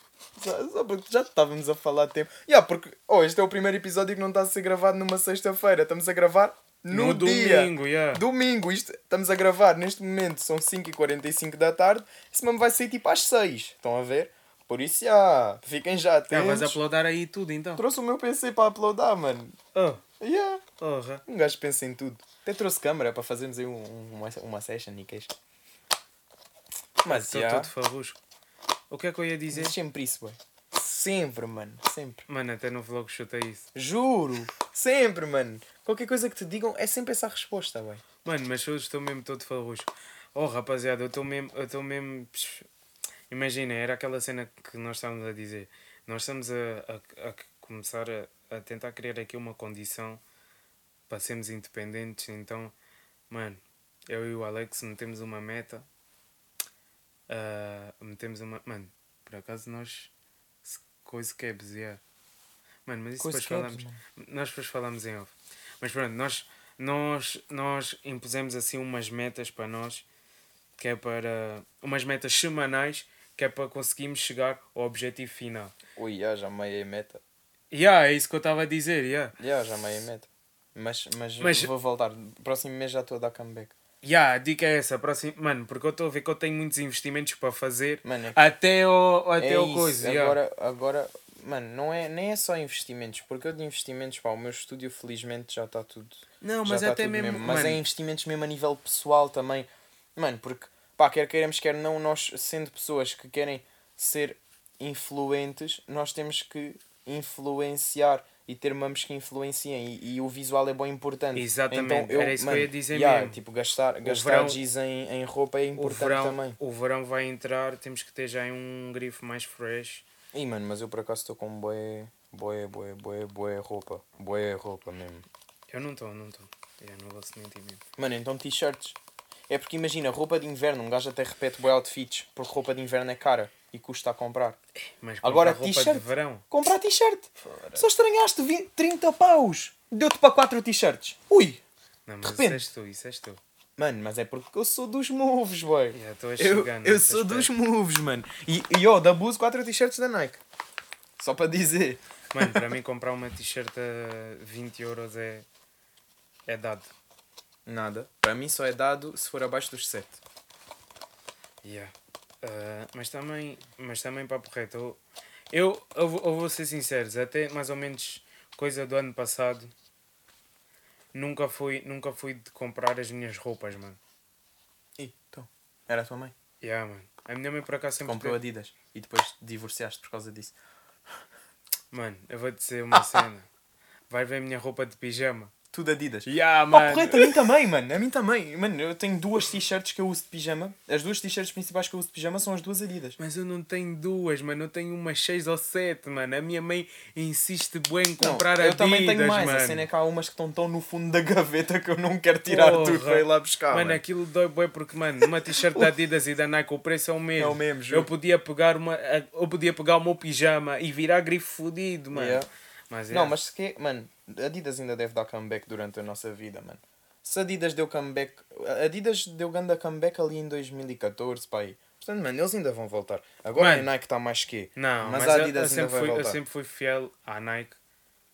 Só, só porque já estávamos a falar de tempo. Yeah, porque oh, este é o primeiro episódio que não está a ser gravado numa sexta-feira. Estamos a gravar no,
No
dia.
domingo, yeah.
Domingo, isto, estamos a gravar neste momento, são 5h45 da tarde. Esse mesmo vai sair tipo às 6. Estão a ver? Por isso, já, fiquem já
Ah,
atentos.
vais aplaudar aí tudo então.
Trouxe o meu PC para uploadar, mano.
Oh,
Yeah.
porra.
Um gajo pensa em tudo. Até trouxe câmera para fazermos aí um, um- uma, uma session e queixa. Mas
Estou
já.
todo farrusco. O que é que eu ia dizer?
Diz sempre isso, boy. Sempre, mano. Sempre.
Mano, até no vlog chutei isso.
Juro. Sempre, mano. Qualquer coisa que te digam é sempre essa a resposta, boy.
Mano, mas hoje estou mesmo todo farrusco. Oh, rapaziada, eu estou mesmo. Eu estou mesmo. psh. Imagina, era aquela cena que nós estávamos a dizer. Nós estamos a, a, a começar a, a tentar criar aqui uma condição para sermos independentes. Então, mano, eu e o Alex metemos uma meta. Ah, metemos uma. Mano, por acaso nós. se- Coisa que é bezear. Mano, mas isso
Com os
depois
kebabs,
falamos. Nós depois falamos em off. Mas pronto, nós, nós, nós impusemos assim umas metas para nós, que é para. umas metas semanais, que é para conseguirmos chegar ao objetivo final.
Ui, já, já meia meta.
Yeah, é isso que eu estava a dizer, yeah.
Já, já meia meta. Mas, mas,
Mas-
vou voltar. Próximo mês já estou a dar comeback.
Yeah, a dica é essa, próximo. Mano, porque eu estou a ver que eu tenho muitos investimentos para fazer
Mano, é que-
até o, até
é
o
isso.
coisa. yeah.
Agora, agora, mano, não é, nem é só investimentos, porque eu de investimentos, pá, o meu estúdio felizmente já está tudo.
Não,
já
mas
tá
até
tudo
mesmo-
Mas
mano.
é investimentos mesmo a nível pessoal também. Mano, porque, pá, quer queiramos, quer não, nós sendo pessoas que querem ser influentes, nós temos que influenciar e ter mamos que influenciem. E, e o visual é bem importante. Então,
Exatamente, era isso que eu ia dizer
yeah,
mesmo.
Tipo, gastar, gastar
verão-
giz em, em roupa é
o
importante
verão,
também.
o verão vai entrar, temos que ter já um grifo mais fresh.
Ih, mano, mas eu por acaso estou com boé, boé, boé, boé, boé roupa. Boé roupa mesmo.
Eu não estou, não estou. Eu não vou se mentir mesmo.
Mano, então t-shirts. É porque imagina, roupa de inverno, um gajo até repete boé outfits, porque roupa de inverno é cara e custa a comprar.
Mas
Agora
comprar roupa de
t-shirt.
verão.
Comprar t-shirt. Só estranhaste 20, 30 paus. Deu-te para 4 t-shirts. Ui.
Não, mas isso
repente.
és tu, isso és tu.
Mano, mas é porque eu sou dos moves, boy.
Yeah, é, tu és
eu
cigano,
eu
nesse
sou dos
aspecto.
moves, mano. E, e ó, da Buzz, 4 t-shirts da Nike. Só para dizer.
Mano, para mim comprar uma t-shirt a 20 euros é, é dado.
Nada. Para mim só é dado se for abaixo dos 7.
Yeah. Ah, mas também, mas também papo reto. Eu, eu, eu, vou- eu vou ser sincero, até mais ou menos coisa do ano passado, nunca fui, nunca fui de comprar as minhas roupas, mano.
Ih, então. Era a tua mãe.
Yeah, mano. A minha mãe por acaso sempre
Comprou
teve-
Adidas e depois divorciaste por causa disso.
Mano, eu vou dizer uma cena. Vai ver a minha roupa de pijama.
Tudo Adidas.
Yeah,
Oh, correto, a mim também, mano. É A mim também. Mano, eu tenho duas t-shirts que eu uso de pijama. As duas t-shirts principais que eu uso de pijama são as duas Adidas.
Mas eu não tenho duas, mano. Eu tenho umas seis ou sete, mano. A minha mãe insiste bem em comprar
não,
Adidas,
eu também tenho mais.
mano.
A cena é que há umas que estão tão no fundo da gaveta que eu não quero tirar tudo
Porra.
para ir lá buscar.
Mano,
Ah, Mano, é
aquilo dói bem porque, mano, uma t-shirt da Adidas e da Nike, o preço é o mesmo.
É o mesmo, juro.
Eu podia pegar, uma, eu podia pegar o meu pijama e virar grifo fudido, mano.
Yeah.
Mas, é.
Não, mas se que... Mano, Adidas ainda deve dar comeback durante a nossa vida, mano. Se Adidas deu comeback... Adidas deu ganda comeback ali em 2014, pai. Portanto, mano, eles ainda vão voltar. Agora
Mano.
a Nike está mais que...
Não, mas,
mas, a
eu- eu,
Adidas ainda
sempre
vai
fui, eu
voltar.
sempre fui fiel à Nike.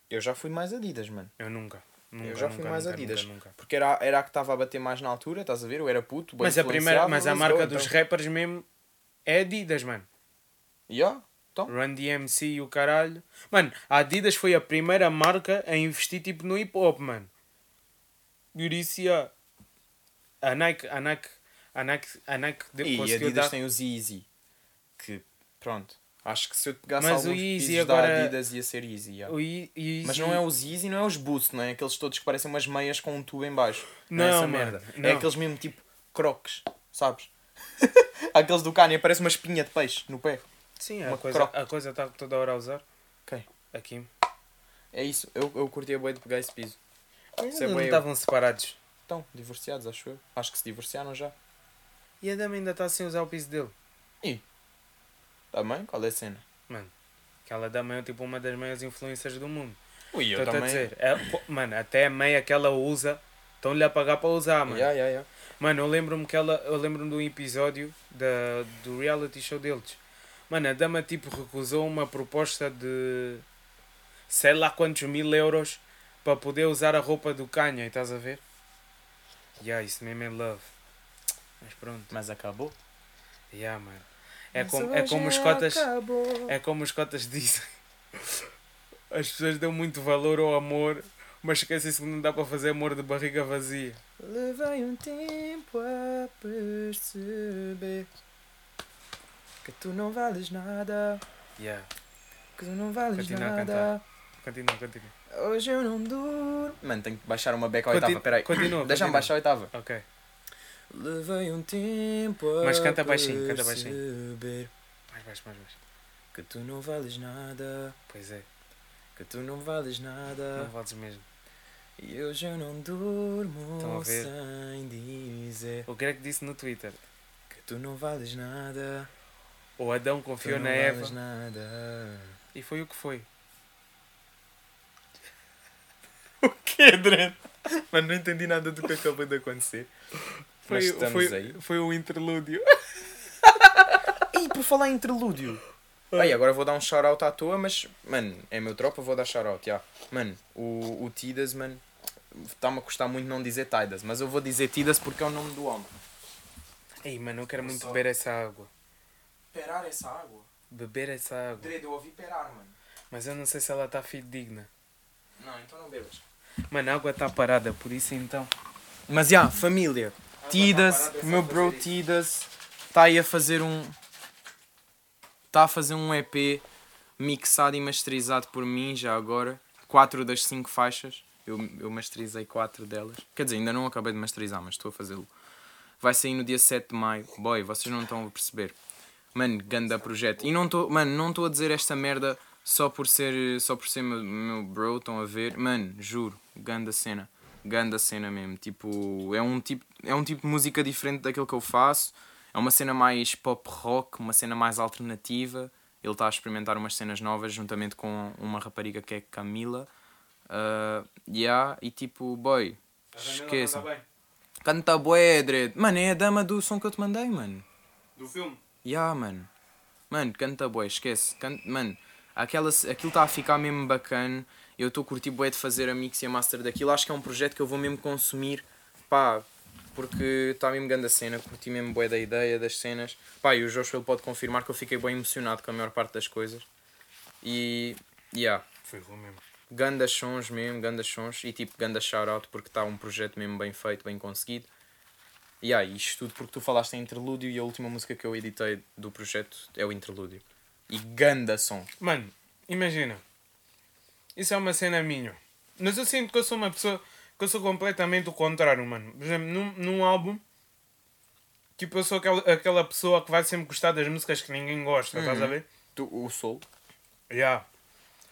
Eu já fui mais Adidas, mano.
Eu nunca. nunca
eu já fui
nunca,
mais
nunca,
Adidas.
Nunca, nunca.
Porque era, era a que estava a bater mais na altura, estás a ver? Eu era puto, bué
Mas a, primeira,
influenciável,
mas a
let's
marca
go,
dos
então.
rappers mesmo é Adidas, mano.
Yeah, então.
Run DMC e o caralho. Mano, a Adidas foi a primeira marca a investir tipo no hip hop, mano. Por isso, yeah. a Nike, a Nike, a Nike, a Nike de-
E a
conseguiu
Adidas
dar-
tem os Easy. Que, pronto. Acho que se eu te pegasse
Mas o
alguns
Yeezy
pisos
agora-
da Adidas ia ser Easy, yeah.
o Ye- Yeezy-
Mas não é os Easy, não é os Boost, não é? Aqueles todos que parecem umas meias com um tubo em baixo. Não, é
Não,
essa
mano,
merda.
não.
É aqueles mesmo tipo crocs, sabes? aqueles do Kanye, parece uma espinha de peixe no pé.
Sim, a
uma
coisa, ah,
Croc.
a coisa está toda hora a usar.
Ok.
Aqui.
É isso, eu, eu curti a boia de pegar esse piso.
Mas
Isso é
ainda não
bué eu.
estavam separados.
Estão divorciados, acho eu. Acho que se divorciaram já.
E a Dama ainda está sem usar o piso dele.
Também? Qual é a cena?
Mano, aquela Dama é tipo uma das maiores influências do mundo.
Ui, eu
Estou a
também.
dizer, é, pô, mano, até a meia que ela usa, estão-lhe a pagar para usar, mano.
Yeah, yeah, yeah.
Mano, eu lembro-me que ela. Eu lembro-me de um episódio da, do reality show deles. Mano, a dama tipo recusou uma proposta de sei lá quantos mil euros para poder usar a roupa do Kanye, estás a ver? Yeah, isso mesmo é love. Mas pronto,
Mas acabou.
yeah, mano. É, como é como os cotas. É como os cotas dizem. As pessoas dão muito valor ao amor, mas esquecem-se que não dá para fazer amor de barriga vazia.
Levei um tempo a perceber que tu não vales nada,
Yeah,
que tu não vales
Continua a
nada.
continua, continua.
Hoje eu não durmo. Mano, tenho que baixar uma beca à oitava,
Continu-
peraí.
continua, continua.
Deixa-me baixar a oitava.
Ok.
Levei um tempo a
Mas canta baixinho, canta baixinho.
perceber
Mais baixo, mais baixo.
que tu não vales nada,
Pois é, Ah.
que tu não vales nada.
não vales mesmo.
E hoje eu não durmo
Estão a ver?
sem dizer
O Greg disse no Twitter:
que tu não vales nada.
o Adão
tu
confiou
não
na Eva
vales nada.
e foi o que foi. Adriano. Mano, não entendi nada do que acabou de acontecer.
Mas estamos
foi,
aí.
Foi o interlúdio.
E por falar em interlúdio. Aí, agora vou dar um shout-out à toa, mas, mano, é meu tropa, vou dar shout-out, já. Mano, o, o Tidas, mano, está-me a custar muito não dizer Tidas, mas eu vou dizer Tidas porque é o nome do homem.
Ei, mano, eu quero muito beber essa água.
Perar essa água?
Beber essa água.
Dredo, eu ouvi perar, mano.
Mas eu não sei se ela está fidedigna.
Não, então não bebas.
Mano, a água está parada, por isso então.
Mas, já, família, Tidas, meu bro Tidas, está aí a fazer um... Está a fazer um EP mixado e masterizado por mim, já agora. Quatro das cinco faixas. Eu, eu masterizei quatro delas. Quer dizer, ainda não acabei de masterizar, mas estou a fazê-lo. Vai sair no dia 7 de maio. Boy, vocês não estão a perceber. Mano, ganda projeto. E não estou, mano, não estou a dizer esta merda só por ser, só por ser meu, meu bro, estão a ver? Mano, juro, ganda cena. Ganda cena mesmo. Tipo, é um tipo, é um tipo de música diferente daquele que eu faço. É uma cena mais pop rock, uma cena mais alternativa. Ele está a experimentar umas cenas novas juntamente com uma rapariga que é Camila. Uh, yeah, e tipo, boy, esqueçam. Canta bué, Dredd. Mano, é a dama do som que eu te mandei, mano.
Do filme?
Ya, mano. Mano, canta bué, esquece. Canta, mano, aquela, c- aquilo está a ficar mesmo bacana. Eu estou a curtir bué de fazer a mix e a master daquilo. Acho que é um projeto que eu vou mesmo consumir, pá, porque está mesmo grande a cena. Curti mesmo bué da ideia, das cenas. Pá, e o Joshua ele pode confirmar que eu fiquei bem emocionado com a maior parte das coisas. E, ya.
Foi ruim mesmo.
Gandas sons mesmo, gandas sons e tipo ganda shout-out porque está um projeto mesmo bem feito, bem conseguido. E aí, isto tudo porque tu falaste em interlúdio e a última música que eu editei do projeto é o interlúdio. E ganda som.
Mano, imagina. Isso é uma cena minha. Mas eu sinto que eu sou uma pessoa que eu sou completamente o contrário, mano. Por exemplo, num, num álbum, tipo, eu sou aquela, aquela pessoa que vai sempre gostar das músicas que ninguém gosta, estás a ver?
Tu- o sol.
Yeah.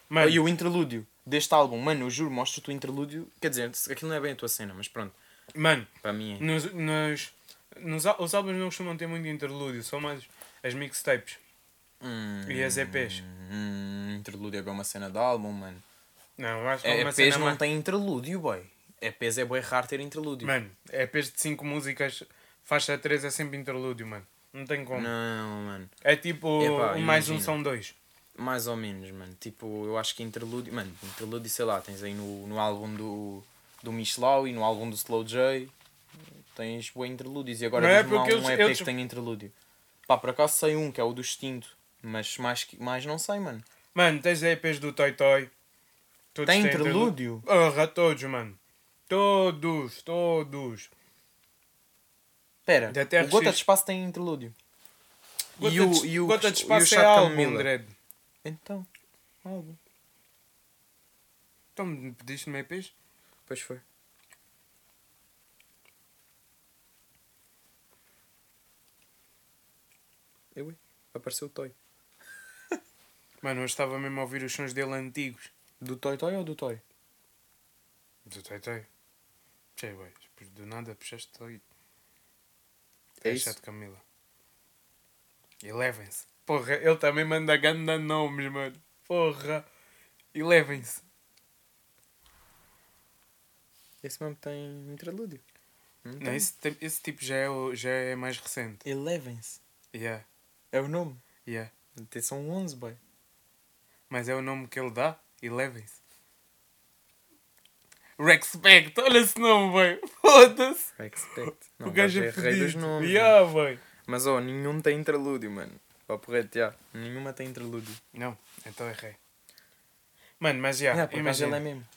Mano,
E o interlúdio deste álbum, mano, eu juro, mostro-te o interlúdio. Quer dizer, aquilo não é bem a tua cena, mas pronto,
mano
para mim é.
nos, nos, nos á- os álbuns não costumam ter muito interlúdio, são mais as mixtapes e as EPs.
Hum, interlúdio é bem uma cena de álbum, mano.
Não, eu acho que é
É,
uma
EPs
cena
não
mais...
tem interlúdio, boy. EPs é bem raro ter interlúdio.
Mano, EPs de 5 músicas, faixa 3 é sempre interlúdio, mano. Não tem como.
Não, mano.
É tipo,
Epá,
um mais um
imagina.
são dois.
Mais ou menos, mano. Tipo, eu acho que interlúdio. Mano, interlúdio, sei lá, tens aí no, no álbum do, do Michelau e no álbum do Slow J. Tens boi interlúdios. E agora
Não é
diz-me lá
porque
um
eles-
EP
eles-
que tem interlúdio. Pá, por acaso sei um, que é o do Extinto. Mas mais, que- mais não sei, mano.
Mano, tens EPs do Toy Toy. Todos
Tem
têm
interlúdio?
Porra, todos, mano. Todos, todos.
Pera,
Da TRX.
o Gota de Espaço tem interlúdio.
Gota
e o,
de,
e o,
gota de
e o
espaço é
Chato
álbum,
Camomila.
Dredd.
Então, álbum.
Então, me pediste-me EPs?
Pois foi. Eu, apareceu o Toy.
Mano, eu estava mesmo a ouvir os sons dele antigos.
Do Toy Toy ou do Toy?
Do Toy Toy. Puxei, ué. Depois Do nada puxaste Toy.
É
É
isso?
chato, Camila. Elevem-se. Porra, ele tá também manda ganda nomes, mano. Porra. Elevem-se.
Esse mesmo tem interlúdio. Hum, tá
Não, esse, tem- esse tipo já é, o- já é mais recente.
Elevens.
Yeah,
É o nome.
yeah.
Até São 11, boy.
Mas é o nome que ele dá e levem-se. Respect, olha esse nome, boy. Foda-se.
Respect.
O gajo é
rei dos
fedido.
nomes. né? mano.
Yeah, boy.
Mas, ó, nenhum tem interlúdio, mano. Papo reto, já. Nenhuma tem interlúdio.
Não, então errei. Mano, mas já,
Ah, por acaso
imagina.
ele é mesmo.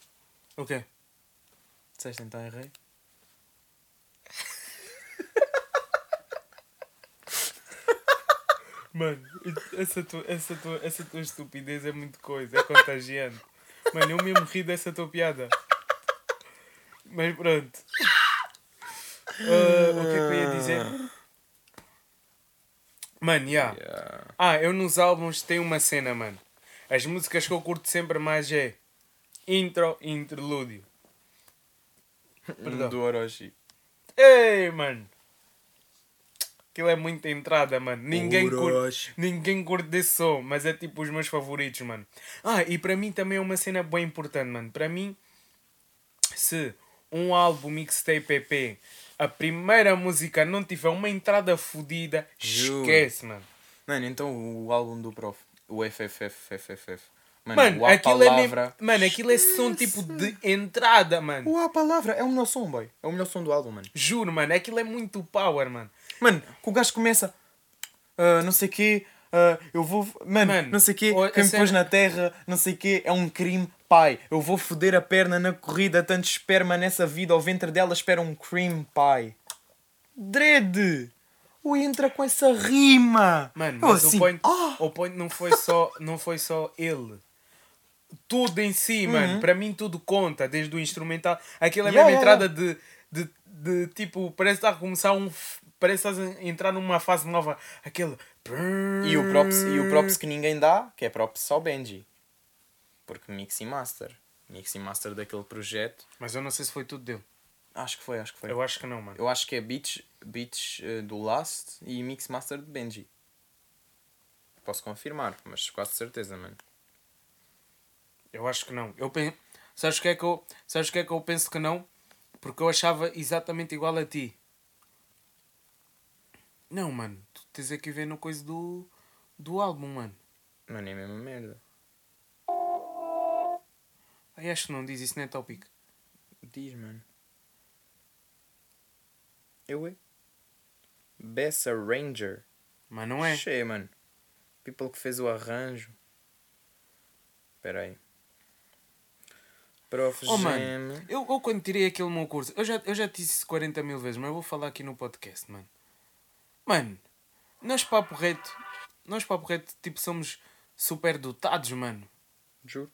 O quê?
Disseste então errei?
Mano, essa tua, essa, tua, essa tua estupidez é muito coisa, é contagiante. Mano, eu mesmo ri dessa tua piada. Mas pronto. Ah, o que é que eu ia dizer? Mano, yeah.
Yeah.
Ah, eu nos álbuns tenho uma cena, mano. As músicas que eu curto sempre mais é intro e interlúdio. Perdão.
Do Orochi.
Ei, mano. Aquilo é muita entrada, mano. Ninguém curte,
Orochi.
ninguém curte desse som, mas é tipo os meus favoritos, mano. Ah, e para mim também é uma cena bem importante, mano. Para mim, se um álbum mixtape EP, a primeira música não tiver uma entrada fodida,
Juro.
esquece, mano.
Mano, então o álbum do prof, o FFFFF. Mano,
Mano,
o A
aquilo, é
Palavra.
mesmo, mano aquilo é som tipo de entrada, mano.
O A Palavra é o melhor som, boy. É o melhor som do álbum, mano.
Juro, mano, aquilo é muito power, mano.
Mano, que o gajo começa. ah, não sei o quê. ah, eu vou. Mano,
Mano,
não sei o quê.
o- a
Quem me
cena-
pôs na terra, não sei o quê. É um crime. Pai, eu vou foder a perna na corrida. Tanto esperma nessa vida. Ao ventre dela espera um crime, pai. Dredd! O entra com essa rima!
Mano,
Eu
mas
assim,
o, point,
ah!
o point não foi só, não foi só ele. Tudo em si, mano. Para mim tudo conta, desde o instrumental. Aquela
Uhum. Yeah,
mesma
yeah,
entrada De, de, de tipo, parece que está a começar um. f- Parece que estás a entrar numa fase nova. Aquele.
E o, props, e o props que ninguém dá, que é props ao Benji. Porque mix e master. Mix e master daquele projeto.
Mas eu não sei se foi tudo dele.
Acho que foi, acho que foi.
Eu acho que não, mano.
Eu acho que é Beats, beats eh, do Last e Mix Master de Benji. Posso confirmar, mas quase certeza, mano.
Eu acho que não. Eu penso. Sabes o que é que eu. Sabes o que é que eu penso que não? Porque eu achava exatamente igual a ti. Não, mano. Tu tens é aqui ver no coisa do. do álbum, mano.
Mano, é a mesma merda.
Ai, acho que não diz isso, não é tópico.
Diz, mano. Eu é? Bessa Ranger.
Mas não é.
Cheio, mano. People que fez o arranjo. Espera aí. Prof.
Oh, mano.
Gem.
Eu, eu quando tirei aquele meu curso, eu já, eu já te disse isso 40 mil vezes, mas eu vou falar aqui no podcast, mano. Mano, nós papo reto, nós papo reto, tipo, somos super dotados, mano.
Juro.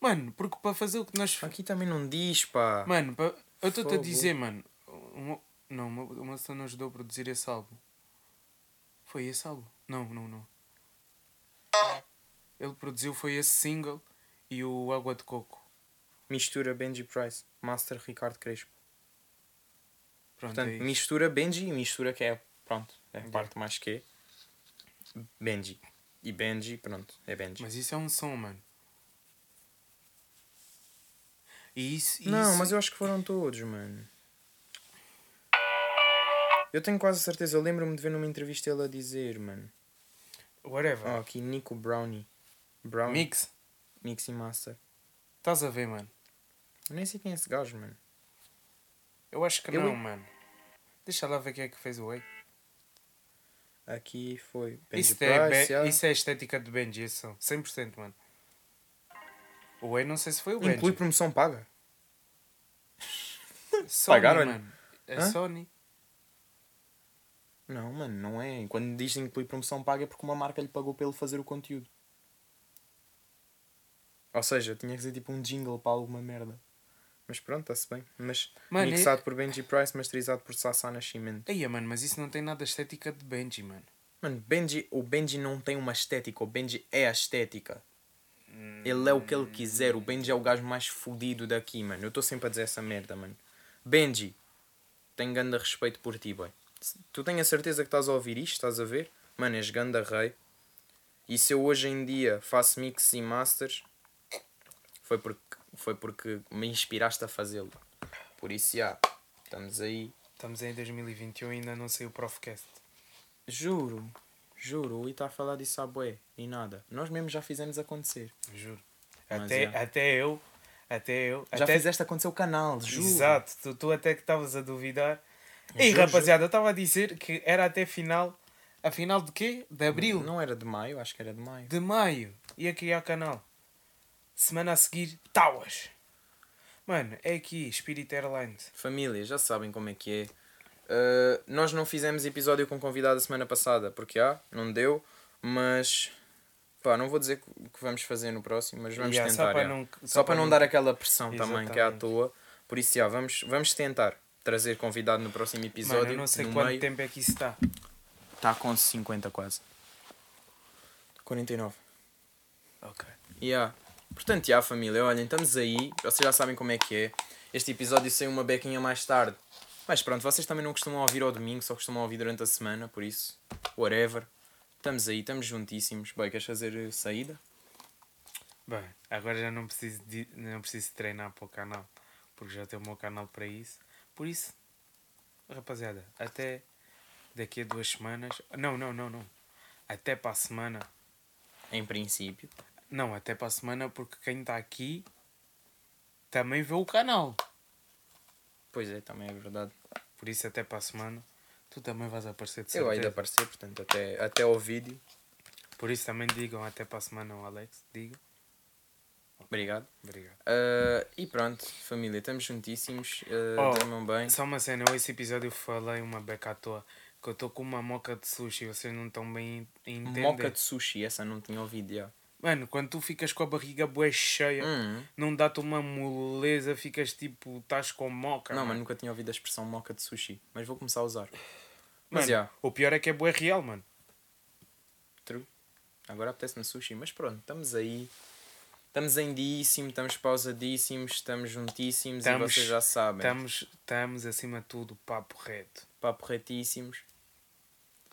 Mano, porque para fazer o que nós...
Aqui também não diz, pá.
Mano, pa- eu estou-te a
Fogo.
dizer, mano. o meu- não, o meu- o meu senhor não ajudou a produzir esse álbum. Foi esse álbum? Não, não, não. Ele produziu foi esse single e o Água de Coco.
Mistura Benji Price. Master Ricardo Crespo.
Pronto,
Portanto,
é isso.
mistura Benji e mistura que é, pronto, é a parte mais que é Benji. E Benji, pronto, é Benji.
Mas isso é um som, mano. E isso, e
não,
isso-
mas eu acho que foram todos, mano. Eu tenho quase certeza, eu lembro-me de ver numa entrevista ele a dizer, mano.
Whatever.
Ó, Ah, aqui Nico Brownie. Brownie. Mix.
Mix,
e Master.
estás a ver, mano?
Eu nem sei quem é esse gajo, mano.
Eu acho que
Eu-
não, mano. Deixa lá ver quem é que fez o Way.
Aqui foi Benji
Isso é,
Price.
be-
yeah.
isso é a estética de Benji, esse som. 100%, mano. O Way não sei se foi é o Benji.
Inclui promoção paga.
Sony,
Pagaram-lhe?
mano. É
Hã?
Sony.
Não, mano, não é. Quando diz incluir promoção paga é porque uma marca lhe pagou pelo fazer o conteúdo. Ou seja, tinha que ser tipo um jingle para alguma merda. Mas pronto, está-se bem. Mas
Mano,
mixado por Benji Price, masterizado por Sassá Nascimento.
Eia, mano, mas isso não tem nada a estética de Benji, mano.
Mano, Benji, o Benji não tem uma estética, o Benji é a estética. Ele é o que ele quiser, o Benji é o gajo mais fodido daqui, mano. Eu estou sempre a dizer essa merda, mano. Benji, tenho ganda respeito por ti, boy. Se- Tu tenho a certeza que estás a ouvir isto, estás a ver? Mano, és ganda rei. E se eu hoje em dia faço mix e masters, foi porque, foi porque me inspiraste a fazê-lo. Por isso, já, estamos aí.
Estamos em 2021 e ainda não saiu o Profcast.
Juro, juro, o está a falar disso à bué e nada. Nós mesmos já fizemos acontecer.
Juro.
Mas
Até,
é.
até eu. Até eu.
Já
até...
fizeste acontecer o canal, juro.
Exato, tu, tu até que estavas a duvidar. Ei,
juro,
rapaziada, eu estava a dizer que era até final. A final de quê? De abril?
Não era de maio, acho que era de maio.
De maio. Ia criar canal. Semana a seguir, Tauas. Mano, é aqui, Spirit Airlines.
Família, já sabem como é que é. Uh, nós não fizemos episódio com convidado a semana passada, porque há, não deu, mas pá, não vou dizer que que vamos fazer no próximo, mas vamos
Yeah, só
tentar.
para
yeah.
não-
só,
só
para
para
não
não-
dar aquela pressão também que é à
Exatamente.
toa. Por isso, já, vamos, vamos tentar trazer convidado no próximo episódio.
Mano, eu não sei
no
quanto
meio.
tempo é que isso está.
Está Tá com 50 quase. 49.
Ok.
Yeah. Portanto, yeah, família, olhem, estamos aí. Vocês já sabem como é que é. Este episódio saiu uma bequinha mais tarde. Mas pronto, vocês também não costumam ouvir ao domingo, só costumam ouvir durante a semana, por isso, whatever. Estamos aí, estamos juntíssimos. Bem, queres fazer eh, saída?
Bem, agora já não preciso, de, não preciso treinar para o canal. porque já tenho o meu canal para isso. Por isso, rapaziada, até daqui a duas semanas. Não, não, não, não. Até para a semana.
Em princípio.
Não, até para a semana, porque quem está aqui também vê o canal.
Pois é, também é verdade.
Por isso, até para a semana, tu também vais aparecer de
Eu ainda
certeza.
aparecer, portanto, até, até ao vídeo.
Por isso, também digam até para a semana, o Alex. Digam.
Obrigado.
Obrigado.
Ah, e pronto, família, estamos juntíssimos.
Oh,
Uh, dormam bem.
Só uma cena, eu esse episódio falei uma beca à toa. Que eu estou com uma moca de sushi, vocês não estão bem a entender.
Moca de sushi, essa não tinha ouvido já.
Mano, quando tu ficas com a barriga bué cheia,
Hum.
não dá-te uma moleza, ficas tipo, estás com moca.
Não, mas
mano.
nunca tinha ouvido a expressão moca de sushi. Mas vou começar a usar.
Mano,
Mas já,
O pior é que é bué real, mano.
true. Agora apetece-me sushi. Mas pronto, estamos aí. Estamos em diíssimo, estamos pausadíssimos, estamos juntíssimos
Estamos-
e vocês já sabem.
Estamos, estamos acima de tudo, papo reto.
Papo retíssimos.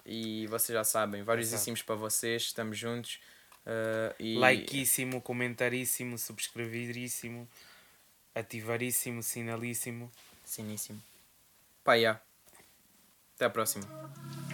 E vocês já sabem, vários
Exato.
íssimos para vocês, estamos juntos. Ah, e
Likeíssimo, comentaríssimo, subscreveríssimo, ativaríssimo, sinalíssimo.
Siníssimo. Pá, já. Até à próxima.